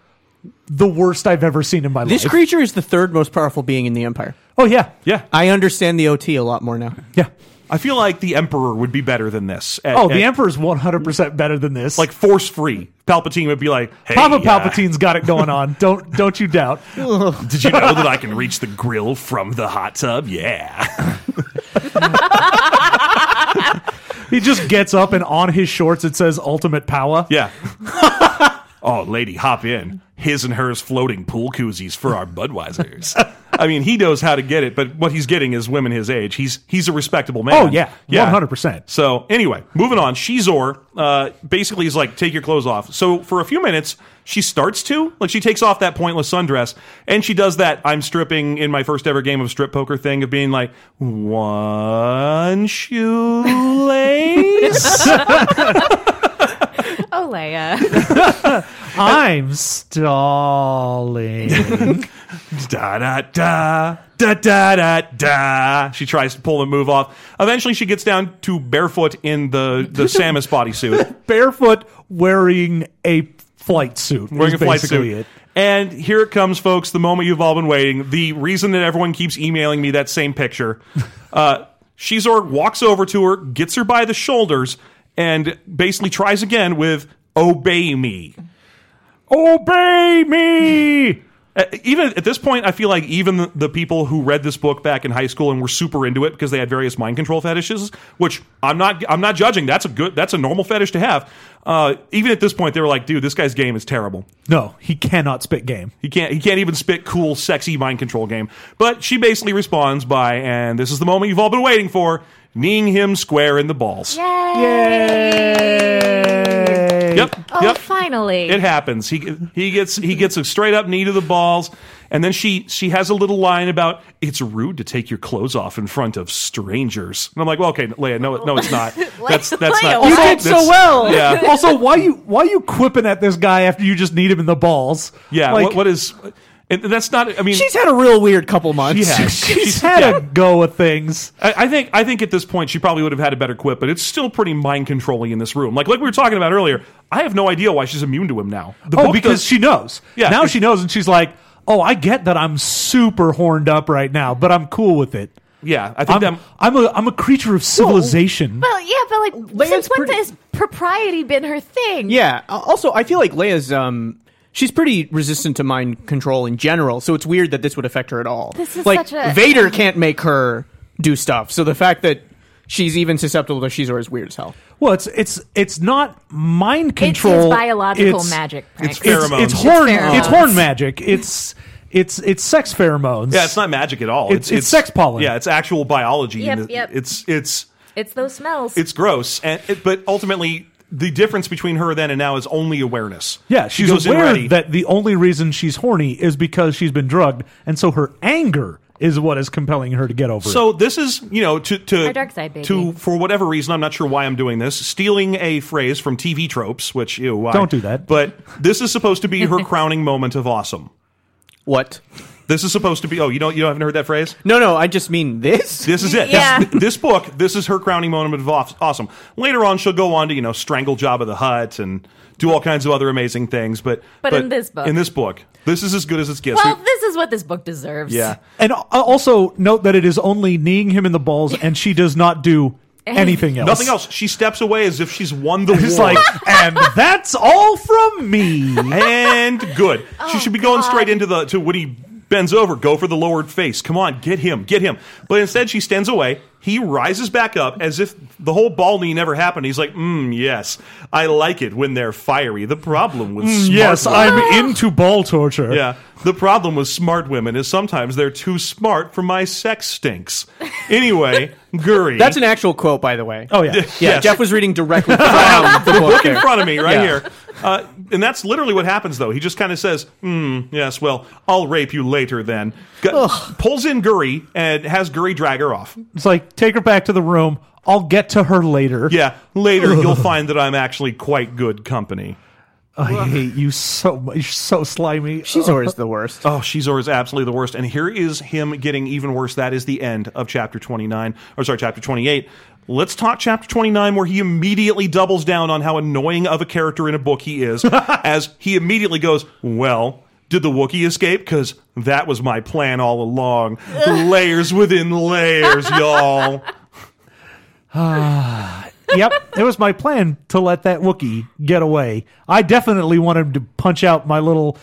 Speaker 4: the worst I've ever seen in my
Speaker 6: This
Speaker 4: life.
Speaker 6: creature is the third most powerful being in the empire.
Speaker 4: oh, yeah.
Speaker 3: Yeah,
Speaker 6: I understand the OT a lot more *laughs* now.
Speaker 4: Yeah.
Speaker 3: I feel like the Emperor would be better than this. At-
Speaker 4: Oh,
Speaker 3: at-
Speaker 4: the Emperor's 100% better than this.
Speaker 3: like force free. Palpatine would be like, hey,
Speaker 4: Papa
Speaker 3: uh,
Speaker 4: Palpatine's got it going on. Don't don't you doubt.
Speaker 3: did you
Speaker 4: *laughs*
Speaker 3: know that I can reach the grill from the hot tub? Yeah.
Speaker 4: He just gets up and on his shorts it says ultimate power.
Speaker 3: Yeah. *laughs* oh, lady, hop in. His and hers floating pool koozies for our Budweisers.
Speaker 4: *laughs*
Speaker 3: I mean, he knows how to get it, but what he's getting is women his age. He's he's a respectable man.
Speaker 4: Oh, yeah. 100%.
Speaker 3: So anyway, moving on. Shizor uh, basically is like, take your clothes off. So for a few minutes, she starts to like she takes off that pointless sundress and she does that I'm stripping in my first ever game of strip poker thing of being like one shoelace.
Speaker 5: Oh, Leia.
Speaker 4: *laughs* I'm stalling.
Speaker 3: da da da da da da da. She tries to pull the move off. Eventually, she gets down to barefoot in the
Speaker 4: *laughs*
Speaker 3: the Samus bodysuit.
Speaker 4: Barefoot wearing a flight suit.
Speaker 3: wearing
Speaker 4: is
Speaker 3: a flight
Speaker 4: basically
Speaker 3: suit.
Speaker 4: It.
Speaker 3: And here it comes, folks. The moment you've all been waiting. The reason that everyone keeps emailing me that same
Speaker 4: *laughs*
Speaker 3: picture. Uh, Shizor walks over to her, gets her by the shoulders, and basically tries again with "Obey me."
Speaker 4: Obey me.
Speaker 3: Uh, Even at this point, I feel like even the- the people who read this book back in high school and were super into it because they had various mind control fetishes, which I'm not, I'm not judging. That's a good, that's a normal fetish to have. Uh, even at this point, they were like, "Dude, this guy's game is terrible.
Speaker 4: No, he cannot spit game.
Speaker 3: He can't, he can't even spit cool, sexy mind control game." But she basically responds by, "And this is the moment you've all been waiting for: kneeing him square in the balls."
Speaker 5: Yay!
Speaker 3: Yep.
Speaker 5: Oh,
Speaker 3: yep.
Speaker 5: finally.
Speaker 3: It happens. He he gets he gets a straight up knee to the balls, and then she she has a little line about it's rude to take your clothes off in front of strangers. And I'm like, well, okay, Leia, no, no, it's not. That's that's
Speaker 5: Leia,
Speaker 3: not.
Speaker 5: You
Speaker 6: did so
Speaker 3: that's-
Speaker 6: well.
Speaker 3: Yeah,
Speaker 4: also, why you why you quipping at this guy after you just need him in the balls?
Speaker 3: yeah.
Speaker 4: Like,
Speaker 3: what, what is? And that's not. I mean,
Speaker 6: She's had a real weird couple months.
Speaker 3: she has.
Speaker 4: *laughs* she's had a go of things.
Speaker 3: I, I think I think at this point she probably would have had a better quip, but it's still pretty mind controlling in this room. Like like we were talking about earlier, I have no idea why she's immune to him now. The
Speaker 4: Oh,
Speaker 3: book
Speaker 4: because
Speaker 3: does-
Speaker 4: she knows.
Speaker 3: Yeah,
Speaker 4: now
Speaker 3: it-
Speaker 4: she knows, and she's like, "Oh, I get that I'm super horned up right now, but I'm cool with it.
Speaker 3: yeah, I think
Speaker 4: I'm
Speaker 3: that
Speaker 4: I'm a I'm a creature of civilization."
Speaker 5: Well, yeah, but like,
Speaker 6: Leia's
Speaker 5: since when
Speaker 6: pretty-
Speaker 5: has propriety been her thing?
Speaker 6: Yeah. Al- Also, I feel like Leia's um she's pretty resistant to mind control in general, so it's weird that this would affect her at all.
Speaker 5: This is
Speaker 6: like
Speaker 5: such a-
Speaker 6: Vader can't make her do stuff. So the fact that she's even susceptible to Shizor is weird as hell.
Speaker 4: Well, it's it's it's not mind
Speaker 5: It's
Speaker 4: control.
Speaker 5: his biological
Speaker 4: It's-
Speaker 5: magic
Speaker 3: it's
Speaker 5: prank.
Speaker 3: fair-
Speaker 4: It's,
Speaker 3: Pheromones.
Speaker 4: it's horn. It's,
Speaker 5: It's
Speaker 4: horn
Speaker 5: pheromones.
Speaker 4: magic. It's it's it's sex pheromones.
Speaker 3: Yeah, it's not magic at all.
Speaker 4: It's- it's sex pollen.
Speaker 3: Yeah, it's actual biology.
Speaker 5: Yep,
Speaker 3: and it-
Speaker 5: yep.
Speaker 3: It's it's
Speaker 5: It's those smells.
Speaker 3: it's gross. And it, but ultimately, the difference between her then and now is only awareness.
Speaker 4: Yeah, she's aware
Speaker 3: ready.
Speaker 4: that the only reason she's horny is because she's been drugged, and so her anger is what is compelling her to get over it.
Speaker 3: So this is you know to to
Speaker 5: Our dark side, baby.
Speaker 3: to for whatever reason I'm not sure why I'm doing this stealing a phrase from TV tropes which ew why
Speaker 4: Don't do that.
Speaker 3: but this is supposed to be her *laughs* crowning moment of awesome
Speaker 6: What?
Speaker 3: this is supposed to be oh you don't you haven't heard that phrase
Speaker 6: No, no, I just mean this.
Speaker 3: This is it.
Speaker 5: Yeah.
Speaker 3: This, this book, this is her crowning moment of aw- awesome. Later on, she'll go on to, you know, strangle Jabba the Hutt and do all kinds of other amazing things. But,
Speaker 5: But in this book.
Speaker 3: In this book. This is as good as it gets.
Speaker 5: well,
Speaker 3: We-
Speaker 5: this is what this book deserves.
Speaker 3: yeah.
Speaker 4: and al- also note that it is only kneeing him in the balls, and she does not do anything else.
Speaker 3: Nothing else. She steps away as if she's won the
Speaker 4: *laughs* It's
Speaker 3: war.
Speaker 4: like, *laughs* and that's all from me.
Speaker 3: and good. she should be going straight into the to when he bends over, go for the lowered face. Come on, get him, get him. But instead, she stands away. He rises back up as if the whole ball knee never happened. He's like, mm, yes, I like it when they're fiery. The problem with smart
Speaker 4: Mm, Yes,
Speaker 3: women-
Speaker 4: I'm into ball torture.
Speaker 3: Yeah. The problem with smart women is sometimes they're too smart for my sex stinks.
Speaker 4: *laughs*
Speaker 3: Anyway, Guri.
Speaker 6: That's an actual quote, by the way.
Speaker 4: Oh yeah.
Speaker 6: Yeah,
Speaker 3: yes.
Speaker 6: Jeff was reading *laughs* directly from the book
Speaker 3: in
Speaker 6: there.
Speaker 3: front of me right
Speaker 6: Yeah.
Speaker 3: here. Uh, and that's literally what happens, though. He just kind of says, hmm, yes, well, I'll rape you later then. G- pulls in Guri and has Guri drag her off.
Speaker 4: It's like take her back to the room. I'll get to her later.
Speaker 3: Yeah, later you'll find that I'm actually quite good company.
Speaker 4: I hate you so much. You're so slimy.
Speaker 6: Shizor is the worst.
Speaker 3: Oh, Shizor is absolutely the worst. And here is him getting even worse. That is the end of chapter 29, or sorry, chapter 28. Let's talk chapter 29, where he immediately doubles down on how annoying of a character in a book he
Speaker 5: *laughs*
Speaker 3: is, as he immediately goes, Well, did the Wookiee escape? Because that was my plan all
Speaker 5: *laughs*
Speaker 3: along. layers within layers, y'all.
Speaker 4: yep, it was my plan to let that Wookiee get away. I definitely wanted to punch out my little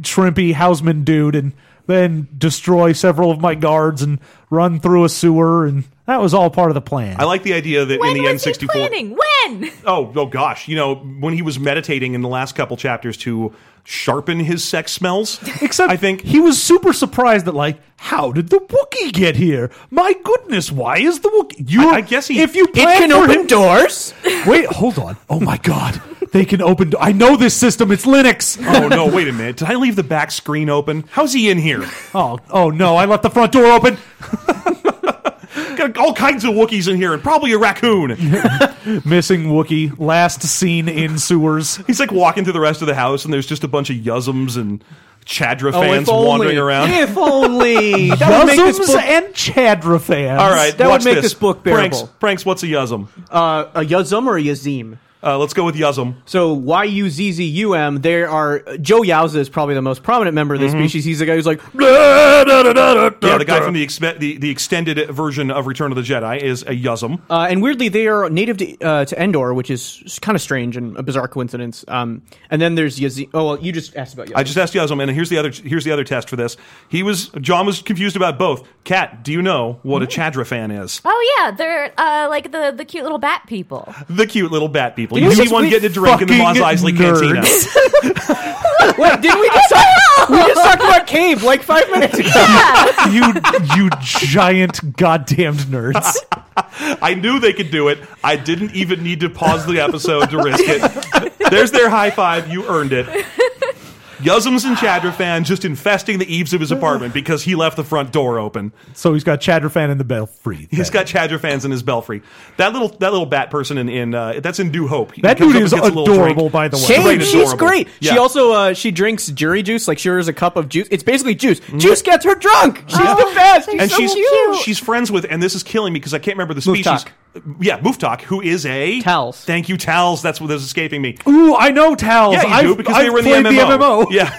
Speaker 4: shrimpy houseman dude and then destroy several of my guards and run through a sewer and that was all part of the plan.
Speaker 3: I like the idea that
Speaker 5: When
Speaker 3: in the
Speaker 5: was
Speaker 3: N64.
Speaker 5: he planning? When?
Speaker 3: Oh, oh gosh. You know, when he was meditating in the last couple chapters to sharpen his sex smells.
Speaker 4: Except
Speaker 3: I think
Speaker 4: he was super surprised that like, how did the Wookiee get here? My goodness, why is the Wookiee you
Speaker 3: I guess he-
Speaker 4: if you
Speaker 6: It
Speaker 4: plan
Speaker 6: can
Speaker 4: for
Speaker 6: open
Speaker 4: him
Speaker 6: doors.
Speaker 4: Wait, hold on. Oh my god. *laughs* They can open do- I know this system, it's Linux.
Speaker 3: *laughs* oh no, wait a minute. Did I leave the back screen open? How's he in here?
Speaker 4: Oh, oh no, I left the front door open.
Speaker 3: Got all kinds of Wookiees in here and probably a raccoon.
Speaker 4: Missing Wookie, last seen in sewers.
Speaker 3: He's like walking through the rest of the house and there's just a bunch of Yuzums and Chadra
Speaker 6: Oh, if
Speaker 3: fans
Speaker 6: only-
Speaker 3: wandering around.
Speaker 6: *laughs* If *laughs* only. that would make this
Speaker 4: Bosoms
Speaker 6: book
Speaker 4: and Chadra fans.
Speaker 3: All right,
Speaker 6: That would
Speaker 3: watch
Speaker 6: make this book
Speaker 3: Pranks,
Speaker 6: bearable.
Speaker 3: Pranks, what's a Yuzum?
Speaker 6: uh, a Yazum or a Yazim?
Speaker 3: Uh, let's go with Yuzum.
Speaker 6: So Y U Z Z U M. There are Joe Yauza is probably the most prominent member of this
Speaker 3: Mm-hmm.
Speaker 6: species. He's the guy who's like,
Speaker 3: Yeah, Uh, the guy from the, expe- the the extended version of Return of the Jedi is a Yuzum.
Speaker 6: uh, and weirdly, they are native to, uh, to Endor, which is kind of strange and a bizarre coincidence. Um, and then there's Yazi. Oh well, you just asked about. Yazi.
Speaker 3: I just asked Yuzum, and here's the other here's the other test for this. He was John was confused about both. Kat, do you know what a Chadra fan is?
Speaker 5: Oh yeah, they're uh, like the the cute little bat people.
Speaker 3: The cute little bat people.
Speaker 4: You
Speaker 3: You see
Speaker 4: just-
Speaker 3: one
Speaker 4: we
Speaker 3: getting a drink in the Mos
Speaker 4: fucking
Speaker 3: Eisley
Speaker 4: nerds.
Speaker 3: cantina.
Speaker 6: Wait, didn't we just talk, we just talked about Cave like five minutes ago?
Speaker 4: *laughs* you you giant goddamned nerds.
Speaker 3: *laughs* I knew they could do it. I didn't even need to pause the episode to risk it. There's their high five. You earned it. Yuzum's and Chadrafan just infesting the eaves of his apartment because he left the front door open.
Speaker 4: So he's got Chadrafan in the belfry.
Speaker 3: He's got Chadrafans in his belfry. That little that little bat person in, in uh, that's in New Hope. He
Speaker 4: That
Speaker 3: comes up
Speaker 4: dude
Speaker 3: and
Speaker 4: is
Speaker 3: gets a little drink.
Speaker 4: adorable, by the way.
Speaker 3: Straight
Speaker 6: Shane, she's
Speaker 3: adorable.
Speaker 6: great. She
Speaker 3: Yeah.
Speaker 6: also uh, she drinks jury juice. Like she orders a cup of juice. It's basically juice.
Speaker 3: Mm.
Speaker 6: Juice gets her drunk. She's the best. Oh, She's
Speaker 3: and
Speaker 6: so
Speaker 3: she's
Speaker 6: cute.
Speaker 3: she's friends with, and this is killing me because I can't remember the species.
Speaker 6: Muftak.
Speaker 3: Yeah, Muftak, who is a
Speaker 6: Tals.
Speaker 3: Thank you, Tals. That's what was escaping me.
Speaker 4: Ooh, I know Tals.
Speaker 3: Yeah, you
Speaker 4: I've,
Speaker 3: do because
Speaker 4: I've
Speaker 3: they were in the
Speaker 4: played
Speaker 3: MMO.
Speaker 4: MMO.
Speaker 3: *laughs* Yeah.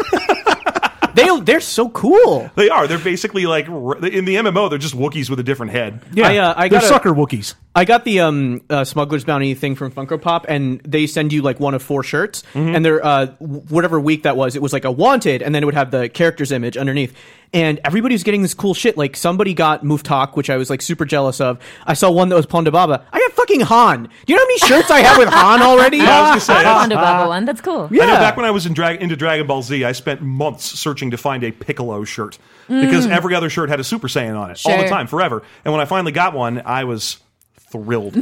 Speaker 6: they they're so cool.
Speaker 3: They are. They're basically like r- in the MMO. They're just Wookiees with a different head.
Speaker 4: Yeah,
Speaker 6: I, uh, I
Speaker 4: they're
Speaker 6: got a-
Speaker 4: sucker Wookiees.
Speaker 6: I got the um, uh, Smuggler's Bounty thing from Funko Pop, and they send you like one of four shirts,
Speaker 3: Mm-hmm.
Speaker 6: and they're uh, w- whatever week that was. It was like a wanted, and then it would have the character's image underneath. And everybody's getting this cool shit. Like somebody got Muftak, which I was like super jealous of. I saw one that was Ponda Baba. I got fucking Han. Do you know how many shirts I have with Han
Speaker 3: *laughs* I
Speaker 6: already?
Speaker 3: was gonna *laughs* say,
Speaker 5: I
Speaker 3: that's-
Speaker 5: found a Baba one. That's cool.
Speaker 3: I know
Speaker 6: Yeah.
Speaker 3: back when I was in drag- into Dragon Ball Z, I spent months searching to find a Piccolo shirt because
Speaker 6: Mm.
Speaker 3: every other shirt had a Super Saiyan on it all the
Speaker 5: Sure.
Speaker 3: time, forever. And when I finally got one, I was thrilled.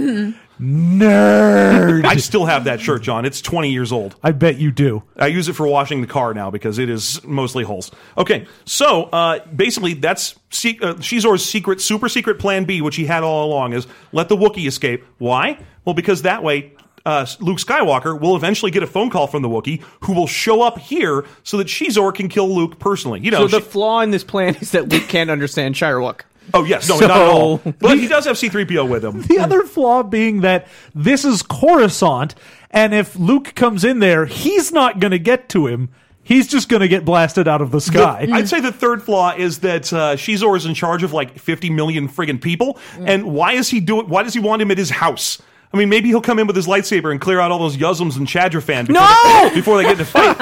Speaker 3: *laughs*
Speaker 4: Nerd.
Speaker 6: *laughs*
Speaker 3: I still have that shirt, John. It's 20 years old.
Speaker 4: I bet you do.
Speaker 3: I use it for washing the car now because it is mostly holes. Okay, so uh, basically that's se- uh, Shizor's secret, super secret plan B, which he had all along, is let the Wookiee escape. Why? Well, because that way. Uh, Luke Skywalker will eventually get a phone call from the Wookiee, who will show up here so that Shizor can kill Luke personally. You know,
Speaker 6: So the
Speaker 3: she-
Speaker 6: flaw in this plan is that Luke can't understand Shirewok.
Speaker 3: oh yes, no, not at all.
Speaker 6: *laughs* So-
Speaker 3: But he does have C-3PO with him.
Speaker 4: The other flaw being that this is Coruscant, and if Luke comes in there, he's not going to get to him. He's just going to get blasted out of the sky.
Speaker 3: I'd say the third flaw is that uh, Shizor is in charge of like 50 million friggin' people, and why is he doing? Why does he want him at his house? I mean, maybe he'll come in with his lightsaber and clear out all those Yuzums and Chadrafan before,
Speaker 6: No!
Speaker 3: they, before they get into fight.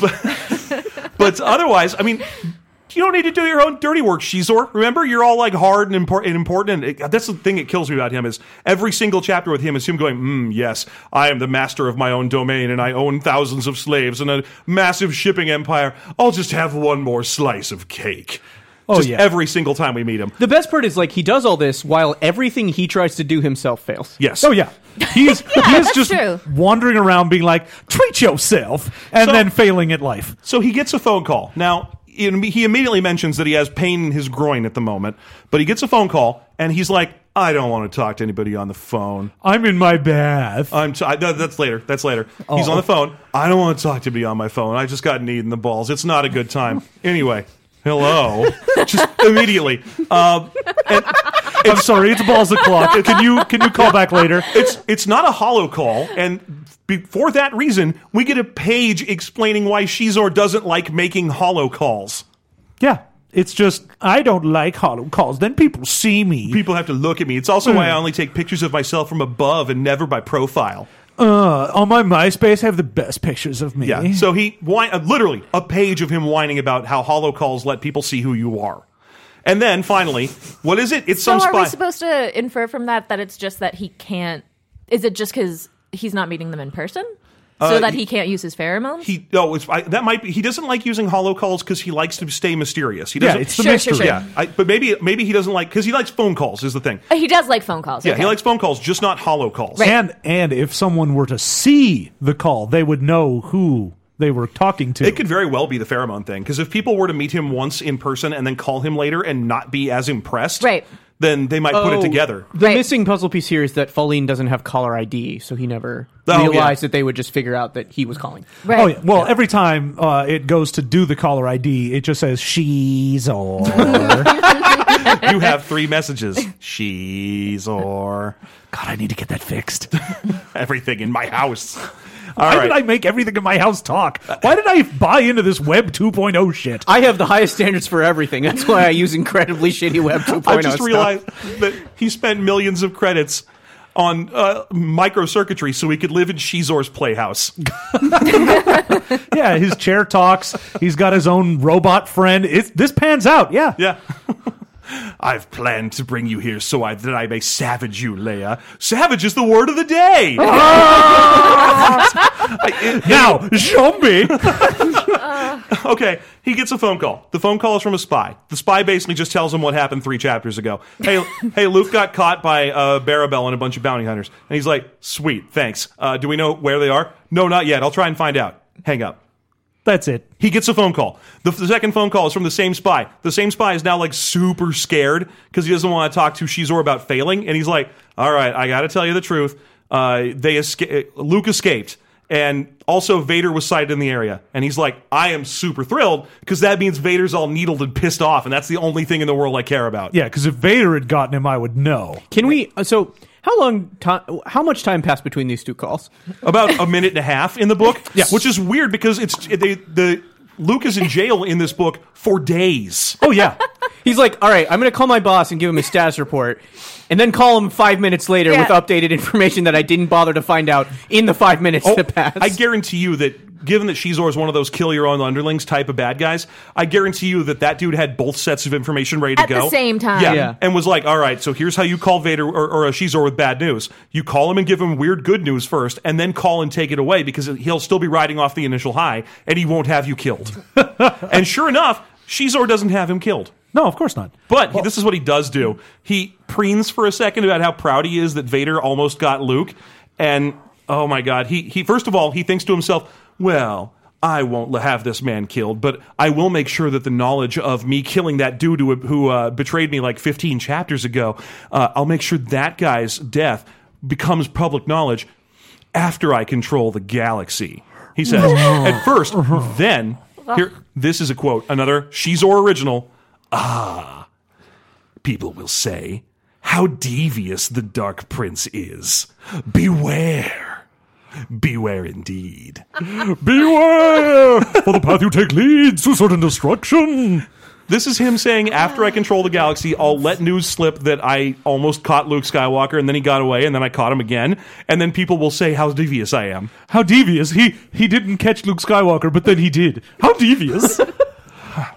Speaker 3: But, but, but otherwise, I mean, you don't need to do your own dirty work, Shizor. Remember, you're all like hard and, impor- and important. And it, that's the thing that kills me about him is every single chapter with him is him going, mm, "Yes, I am the master of my own domain, and I own thousands of slaves and a massive shipping empire. I'll just have one more slice of cake." Oh just
Speaker 4: yeah.
Speaker 3: every single time we meet him.
Speaker 6: The best part is like he does all this while everything he tries to do himself fails.
Speaker 3: Yes.
Speaker 4: Oh yeah, he's he's
Speaker 5: that's
Speaker 4: just
Speaker 5: true.
Speaker 4: wandering around being like, "Treat yourself," and
Speaker 3: So-
Speaker 4: then failing at life.
Speaker 3: So he gets a phone call. Now, in- he immediately mentions that he has pain in his groin at the moment, but he gets a phone call and he's like, I don't want to talk to anybody on the phone.
Speaker 4: I'm in my bath.
Speaker 3: I'm t- I, no, that's later. That's later. He's on the phone. I don't want to talk to me on my phone. I just got need in the balls. It's not a good time. Anyway, hello. just immediately. Um, and
Speaker 4: I'm sorry, it's balls o'clock. Can you can you call back later?
Speaker 3: it's it's not a hollow call, and be- for that reason, we get a page explaining why Shizor doesn't like making hollow calls.
Speaker 4: Yeah, it's just I don't like hollow calls. Then people see me.
Speaker 3: people have to look at me. It's also why I only take pictures of myself from above and never by profile.
Speaker 4: uh, on my MySpace, I have the best pictures of me.
Speaker 3: Yeah. So he whine, uh, literally a page of him whining about how hollow calls let people see who you are. And then finally, what is it? It's
Speaker 5: So
Speaker 3: some
Speaker 5: are we
Speaker 3: spy.
Speaker 5: supposed to infer from that that it's just that he can't? Is it just because he's not meeting them in person, so that he can't use his pheromones?
Speaker 3: Uh, he no, it's, I, that might be. He doesn't like using hollow calls because he likes to stay mysterious. He
Speaker 4: yeah,
Speaker 3: doesn't.
Speaker 4: it's the
Speaker 5: Sure,
Speaker 4: mystery.
Speaker 5: sure, sure.
Speaker 3: yeah, I, but maybe maybe he doesn't like because he likes phone calls. Is the thing.
Speaker 5: Uh, he does like phone calls.
Speaker 3: Yeah,
Speaker 5: okay.
Speaker 3: he likes phone calls, just not hollow calls.
Speaker 4: And and if someone were to see the call, they would know who they were talking to.
Speaker 3: It could very well be the pheromone thing because if people were to meet him once in person and then call him later and not be as impressed,
Speaker 5: Right.
Speaker 3: Then they might put it
Speaker 6: Oh, *laughs*
Speaker 3: together.
Speaker 6: The
Speaker 5: Right.
Speaker 6: missing puzzle piece here is that Pauline doesn't have caller ID, so he never
Speaker 3: Oh,
Speaker 6: realized
Speaker 3: yeah.
Speaker 6: that they would just figure out that he was calling.
Speaker 5: Right.
Speaker 4: Oh yeah. Well, every time uh, it goes to do the caller ID, it just says she's or
Speaker 3: you have three messages. She's or God, I need to get that fixed. *laughs* Everything in my house. All
Speaker 4: Why
Speaker 3: right.
Speaker 4: did I make everything in my house talk? Why did I buy into this Web 2.0 shit?
Speaker 6: I have the highest standards for everything. That's why I use incredibly shitty Web
Speaker 3: *laughs*
Speaker 6: 2.0.
Speaker 3: I just
Speaker 6: stuff.
Speaker 3: realized that he spent millions of credits on uh, microcircuitry so he could live in Shizor's playhouse.
Speaker 4: Yeah, his chair talks. He's got his own robot friend. It's, this pans out. Yeah.
Speaker 3: Yeah. I've planned to bring you here so I, that I may savage you, Leia. Savage is the word of the day. *laughs*
Speaker 4: Now, zombie.
Speaker 3: *laughs* okay, he gets a phone call. The phone call is from a spy. The spy basically just tells him what happened three chapters ago. Hey, hey, Luke got caught by uh, Barabel and a bunch of bounty hunters, and he's like, "Sweet, thanks. Uh, do we know where they are? No, not yet. I'll try and find out." Hang up.
Speaker 4: That's it.
Speaker 3: He gets a phone call. The, the second phone call is from the same spy. The same spy is now like super scared because he doesn't want to talk to Shizor about failing, and he's like, "All right, I got to tell you the truth. Uh, they esca- Luke escaped, and also Vader was sighted in the area." And he's like, "I am super thrilled because that means Vader's all needled and pissed off, and that's the only thing in the world I care about."
Speaker 4: Yeah, because if Vader had gotten him, I would know.
Speaker 6: Can we? uh, So, how long? Time, how much time passed between these two calls?
Speaker 3: about a minute and a half in the book. Yeah, which is weird because it's they, the Luke is in jail in this book for days.
Speaker 4: Oh, yeah.
Speaker 6: He's like, "All right, I'm going to call my boss and give him a status report, and then call him five minutes later
Speaker 5: Yeah.
Speaker 6: with updated information that I didn't bother to find out in the five minutes
Speaker 3: Oh,
Speaker 6: that passed."
Speaker 3: I guarantee you that given that Shizor is one of those kill your own underlings type of bad guys, I guarantee you that that dude had both sets of information ready
Speaker 5: At
Speaker 3: to
Speaker 5: the
Speaker 3: go
Speaker 5: same time.
Speaker 3: Yeah,
Speaker 6: Yeah.
Speaker 3: and was like, all right, so here's how you call Vader or, or a Shizor with bad news. You call him and give him weird good news first, and then call and take it away because he'll still be riding off the initial high, and he won't have you
Speaker 6: *laughs*
Speaker 3: killed. and sure enough, Shizor doesn't have him killed.
Speaker 4: No, of course not.
Speaker 3: But he- this is what he does do. He preens for a second about how proud he is that Vader almost got Luke, and oh my god, he he first of all he thinks to himself, well. I won't l- have this man killed, but I will make sure that the knowledge of me killing that dude who, who uh, betrayed me like 15 chapters ago, uh, I'll make sure that guy's death becomes public knowledge after I control the galaxy. He says, at first, then, here, this is a quote, another Shizor original people will say, how devious the Dark Prince is. Beware. Beware indeed.
Speaker 4: Beware! For the path you take leads to certain destruction.
Speaker 3: *laughs* This is him saying, after I control the galaxy, I'll let news slip that I almost caught Luke Skywalker and then he got away and then I caught him again. And then people will say how devious I am.
Speaker 4: How devious. He he didn't catch Luke Skywalker, but then he did. How devious.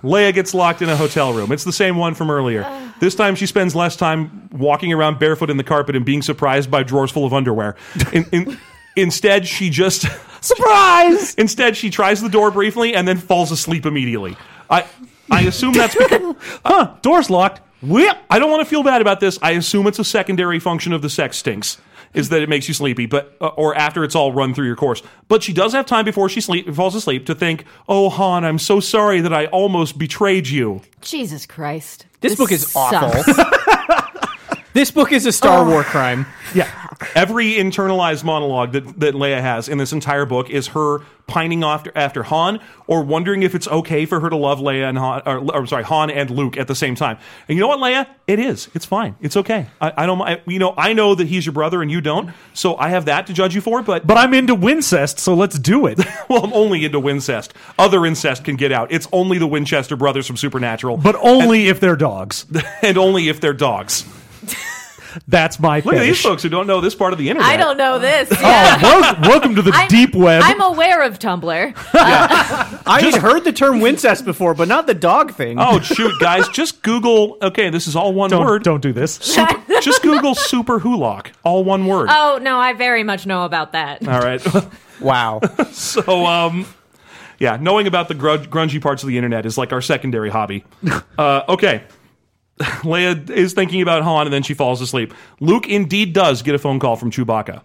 Speaker 3: Leia gets locked in a hotel room. It's the same one from earlier. This time she spends less time walking around barefoot in the carpet and being surprised by drawers full of underwear. In, in, instead, she just.
Speaker 4: Surprise!
Speaker 3: Instead, she tries the door briefly and then falls asleep immediately. I I assume that's because
Speaker 4: Huh, door's locked.
Speaker 3: Well, I don't want to feel bad about this. I assume it's a secondary function of the sex stinks is that it makes you sleepy, but uh, or after it's all run through your course. But she does have time before she sleep, falls asleep to think, "Oh, Han, I'm so sorry that I almost betrayed you."
Speaker 5: Jesus Christ.
Speaker 6: this, book is awful.
Speaker 5: sucks.
Speaker 4: *laughs*
Speaker 5: *laughs*
Speaker 6: this book is a Star
Speaker 3: Oh.
Speaker 6: War crime.
Speaker 4: Yeah.
Speaker 3: Every internalized monologue that, that Leia has in this entire book is her pining after after Han or wondering if it's okay for her to love Leia and Han, or, or sorry, Han and Luke at the same time. And you know what, Leia? It is. It's fine. It's okay. I, I don't. I, you know, I know that he's your brother and you don't, so I have that to judge you for. But, *laughs*
Speaker 4: But I'm into Wincest, so let's do it.
Speaker 3: well, I'm only into Wincest. Other incest can get out. It's only the Winchester brothers from Supernatural, *laughs*
Speaker 4: But only if they're dogs.
Speaker 3: and only if they're dogs.
Speaker 4: That's my
Speaker 3: Look at these
Speaker 4: fetish.
Speaker 3: folks who don't know this part of the internet.
Speaker 5: I don't know this.
Speaker 4: Oh, wel- welcome to the
Speaker 5: I'm-
Speaker 4: deep web.
Speaker 5: I'm aware of Tumblr.
Speaker 6: I had heard the term Wincest before, but not the dog thing.
Speaker 3: Oh shoot, guys! Just Google. Okay, this is all one
Speaker 4: don't,
Speaker 3: word.
Speaker 4: don't do this.
Speaker 3: Just Google super hulock, all one word.
Speaker 5: Oh no, I very much know about that.
Speaker 3: All right. *laughs*
Speaker 6: wow.
Speaker 3: so, um, yeah, knowing about the grudge, grungy parts of the internet is like our secondary hobby. Uh, okay. *laughs* Leia is thinking about Han and then she falls asleep. Luke indeed does get a phone call from Chewbacca.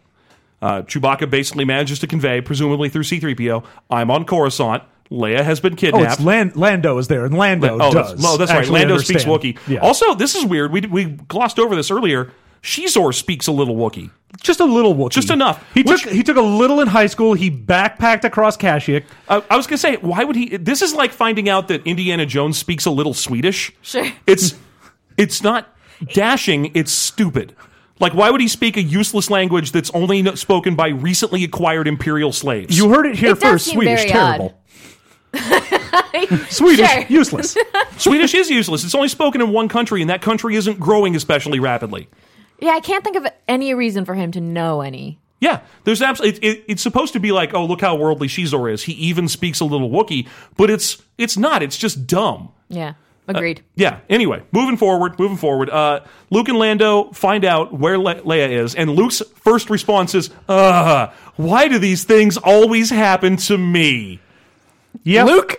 Speaker 3: Uh, Chewbacca basically manages to convey, presumably through C3PO, I'm on Coruscant. Leia has been
Speaker 4: Oh,
Speaker 3: kidnapped.
Speaker 4: it's Lan- Lando is there, and Lando
Speaker 3: oh,
Speaker 4: does.
Speaker 3: That's, oh, that's right.
Speaker 4: actually
Speaker 3: Lando
Speaker 4: understand.
Speaker 3: speaks Wookiee.
Speaker 4: Yeah.
Speaker 3: Also, this is weird. We, we glossed over this earlier. Shizor speaks a little Wookiee.
Speaker 4: just a little Wookiee.
Speaker 3: Just enough.
Speaker 4: He
Speaker 3: Which-
Speaker 4: took he took a little in high school. He backpacked across Kashyyyk.
Speaker 3: I, I was gonna say, why would he? This is like finding out that Indiana Jones speaks a little Swedish.
Speaker 5: Sure.
Speaker 3: It's It's not dashing, it's stupid. Like, why would he speak a useless language that's only kn- spoken by recently acquired imperial slaves?
Speaker 4: You heard it here
Speaker 5: It does
Speaker 4: first.
Speaker 5: seem
Speaker 4: Swedish,
Speaker 5: very
Speaker 4: terrible. *laughs*
Speaker 5: *laughs*
Speaker 4: Swedish,
Speaker 5: Sure.
Speaker 4: useless.
Speaker 3: *laughs* Swedish is useless. It's only spoken in one country, and that country isn't growing especially rapidly.
Speaker 5: Yeah, I can't think of any reason for him to know any.
Speaker 3: Yeah, there's absolutely. It, it, it's supposed to be like, oh, look how worldly Shizor is. He even speaks a little Wookiee, but it's it's not. It's just dumb.
Speaker 5: Yeah,
Speaker 3: Uh,
Speaker 5: agreed.
Speaker 3: *laughs*
Speaker 5: *laughs*
Speaker 3: Yeah. Anyway, moving forward, moving forward. Uh, Luke and Lando find out where Le- Leia is, and Luke's first response is, "Uh, why do these things always happen to me?" *laughs*
Speaker 4: Yeah,
Speaker 6: Luke,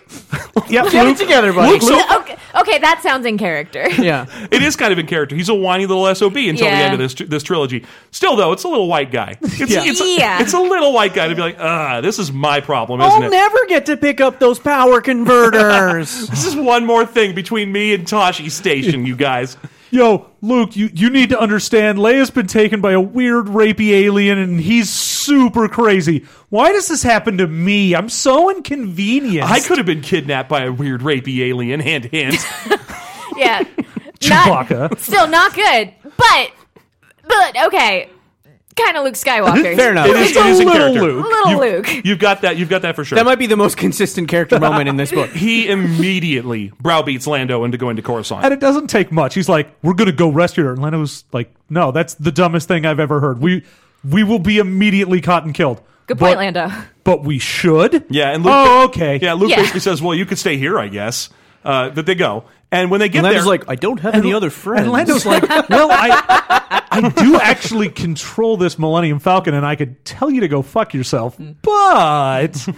Speaker 4: Yep,
Speaker 6: get
Speaker 4: Luke.
Speaker 6: it together, buddy.
Speaker 3: Luke's
Speaker 5: *laughs*
Speaker 3: so-
Speaker 5: okay, okay, that sounds in character. *laughs*
Speaker 6: Yeah.
Speaker 3: it is kind of in character. He's a whiny little sob until
Speaker 5: Yeah.
Speaker 3: the end of this this trilogy. Still, though, it's a little white guy. It's,
Speaker 5: Yeah.
Speaker 3: it's, a,
Speaker 5: Yeah. Oh,
Speaker 3: it's a little white guy to be like, "Ah, this is my problem, isn't
Speaker 6: I'll
Speaker 3: it?"
Speaker 6: never get to pick up those power converters.
Speaker 3: This is one more thing between me and Tashi Station, you guys.
Speaker 4: Yo, Luke, you, you need to understand Leia's been taken by a weird rapey alien and he's super crazy. Why does this happen to me? I'm so inconvenienced.
Speaker 3: I could have been kidnapped by a weird rapey alien. Hint, hint. *laughs*
Speaker 5: yeah. Not,
Speaker 4: Chewbacca.
Speaker 5: still not good, but but okay, kind of
Speaker 3: *laughs*
Speaker 5: Luke Skywalker.
Speaker 6: *laughs* Fair enough.
Speaker 3: It is,
Speaker 4: It's
Speaker 3: it
Speaker 4: a
Speaker 3: is in
Speaker 4: little
Speaker 3: character.
Speaker 4: Luke.
Speaker 5: Little
Speaker 3: You've-
Speaker 5: Luke.
Speaker 3: You've got that. You've got that for sure.
Speaker 6: That might be the most consistent character moment in this
Speaker 3: *laughs*
Speaker 6: book.
Speaker 3: he immediately browbeats Lando into going to Coruscant.
Speaker 4: and it doesn't take much. He's like, "We're gonna go rescue her," and Leno's like, "No, that's the dumbest thing I've ever heard. We we will be immediately caught and killed."
Speaker 5: Good point,
Speaker 4: But-
Speaker 5: Lando.
Speaker 4: But we should.
Speaker 3: Yeah, and Luke.
Speaker 4: oh, okay.
Speaker 3: Yeah, Luke
Speaker 5: Yeah.
Speaker 3: basically says, "Well, you could stay here, I guess." Uh, but they go, and when they get
Speaker 6: And Lando's
Speaker 3: there,
Speaker 6: like, I don't have any other friends.
Speaker 4: And Lando's
Speaker 5: *laughs*
Speaker 4: like, "Well, I I do actually control this Millennium Falcon, and I could tell you to go fuck yourself,
Speaker 5: Hmm.
Speaker 3: *laughs*
Speaker 4: but."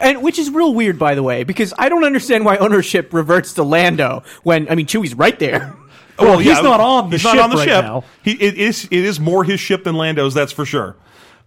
Speaker 6: and which is real weird, by the way, because I don't understand why ownership reverts to Lando when I mean Chewie's right there.
Speaker 4: Well, he's not on the
Speaker 3: he's
Speaker 4: ship
Speaker 3: not on the
Speaker 4: right
Speaker 3: ship.
Speaker 4: now.
Speaker 3: He, it is it is more his ship than Lando's, that's for sure.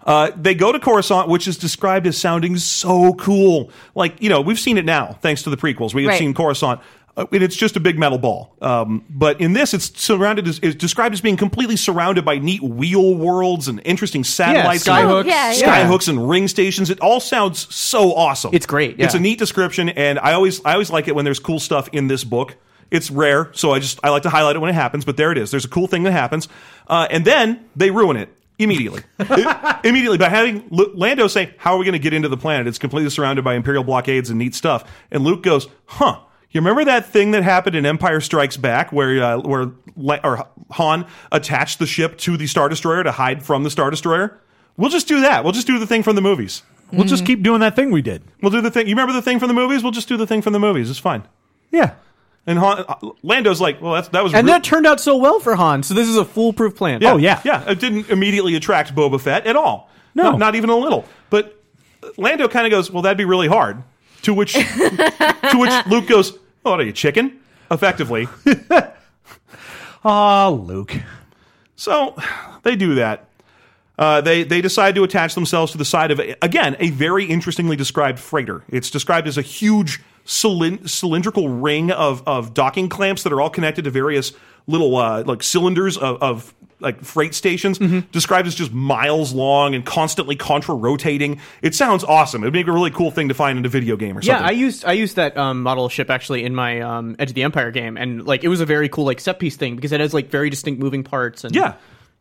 Speaker 3: Uh, they go to Coruscant, which is described as sounding so cool. Like you know, we've seen it now thanks to the prequels. We have
Speaker 5: Right.
Speaker 3: seen Coruscant. Uh, and it's just a big metal ball. Um, but in this, it's surrounded, as, it's described as being completely surrounded by neat wheel worlds and interesting satellites, and
Speaker 5: skyhooks. Oh, yeah, yeah.
Speaker 3: skyhooks, and ring stations. It all sounds so awesome.
Speaker 6: It's great,
Speaker 3: It's
Speaker 6: yeah.
Speaker 3: a neat description, and I always I always like it when there's cool stuff in this book. It's rare, so I just I like to highlight it when it happens. But there it is. There's a cool thing that happens, uh, and then they ruin it immediately, I- immediately by having Lu- Lando say, "How are we going to get into the planet? It's completely surrounded by Imperial blockades and neat stuff." And Luke goes, "Huh." You remember that thing that happened in Empire Strikes Back, where uh, where Le- or Han attached the ship to the Star Destroyer to hide from the Star Destroyer? We'll just do that. We'll just do the thing from the movies.
Speaker 4: We'll
Speaker 5: Hmm.
Speaker 4: just keep doing that thing we did.
Speaker 3: We'll do the thing. You remember the thing from the movies? We'll just do the thing from the movies. It's fine.
Speaker 4: Yeah.
Speaker 3: And Han, uh, Lando's like, well, that's, that was.
Speaker 6: And
Speaker 3: re-
Speaker 6: that turned out so well for Han, so this is a foolproof plan.
Speaker 4: Oh, yeah.
Speaker 3: yeah. It didn't immediately attract Boba Fett at all.
Speaker 4: No.
Speaker 3: not, not even a little. But uh, Lando kind of goes, well, that'd be really hard. To which, *laughs* to which Luke goes, oh, what are you chicken? Effectively,
Speaker 4: Ah, Luke.
Speaker 3: so *sighs* they do that. Uh, they they decide to attach themselves to the side of again a very interestingly described freighter. It's described as a huge cylin- cylindrical ring of of docking clamps that are all connected to various little uh, like cylinders of, of like freight stations. Described as just miles long and constantly contra rotating. It sounds awesome. It'd make a really cool thing to find in a video game or
Speaker 6: Yeah,
Speaker 3: something.
Speaker 6: I used I used that um, model ship actually in my um, Edge of the Empire game, and like it was a very cool like set piece thing because it has like very distinct moving parts. And
Speaker 3: Yeah.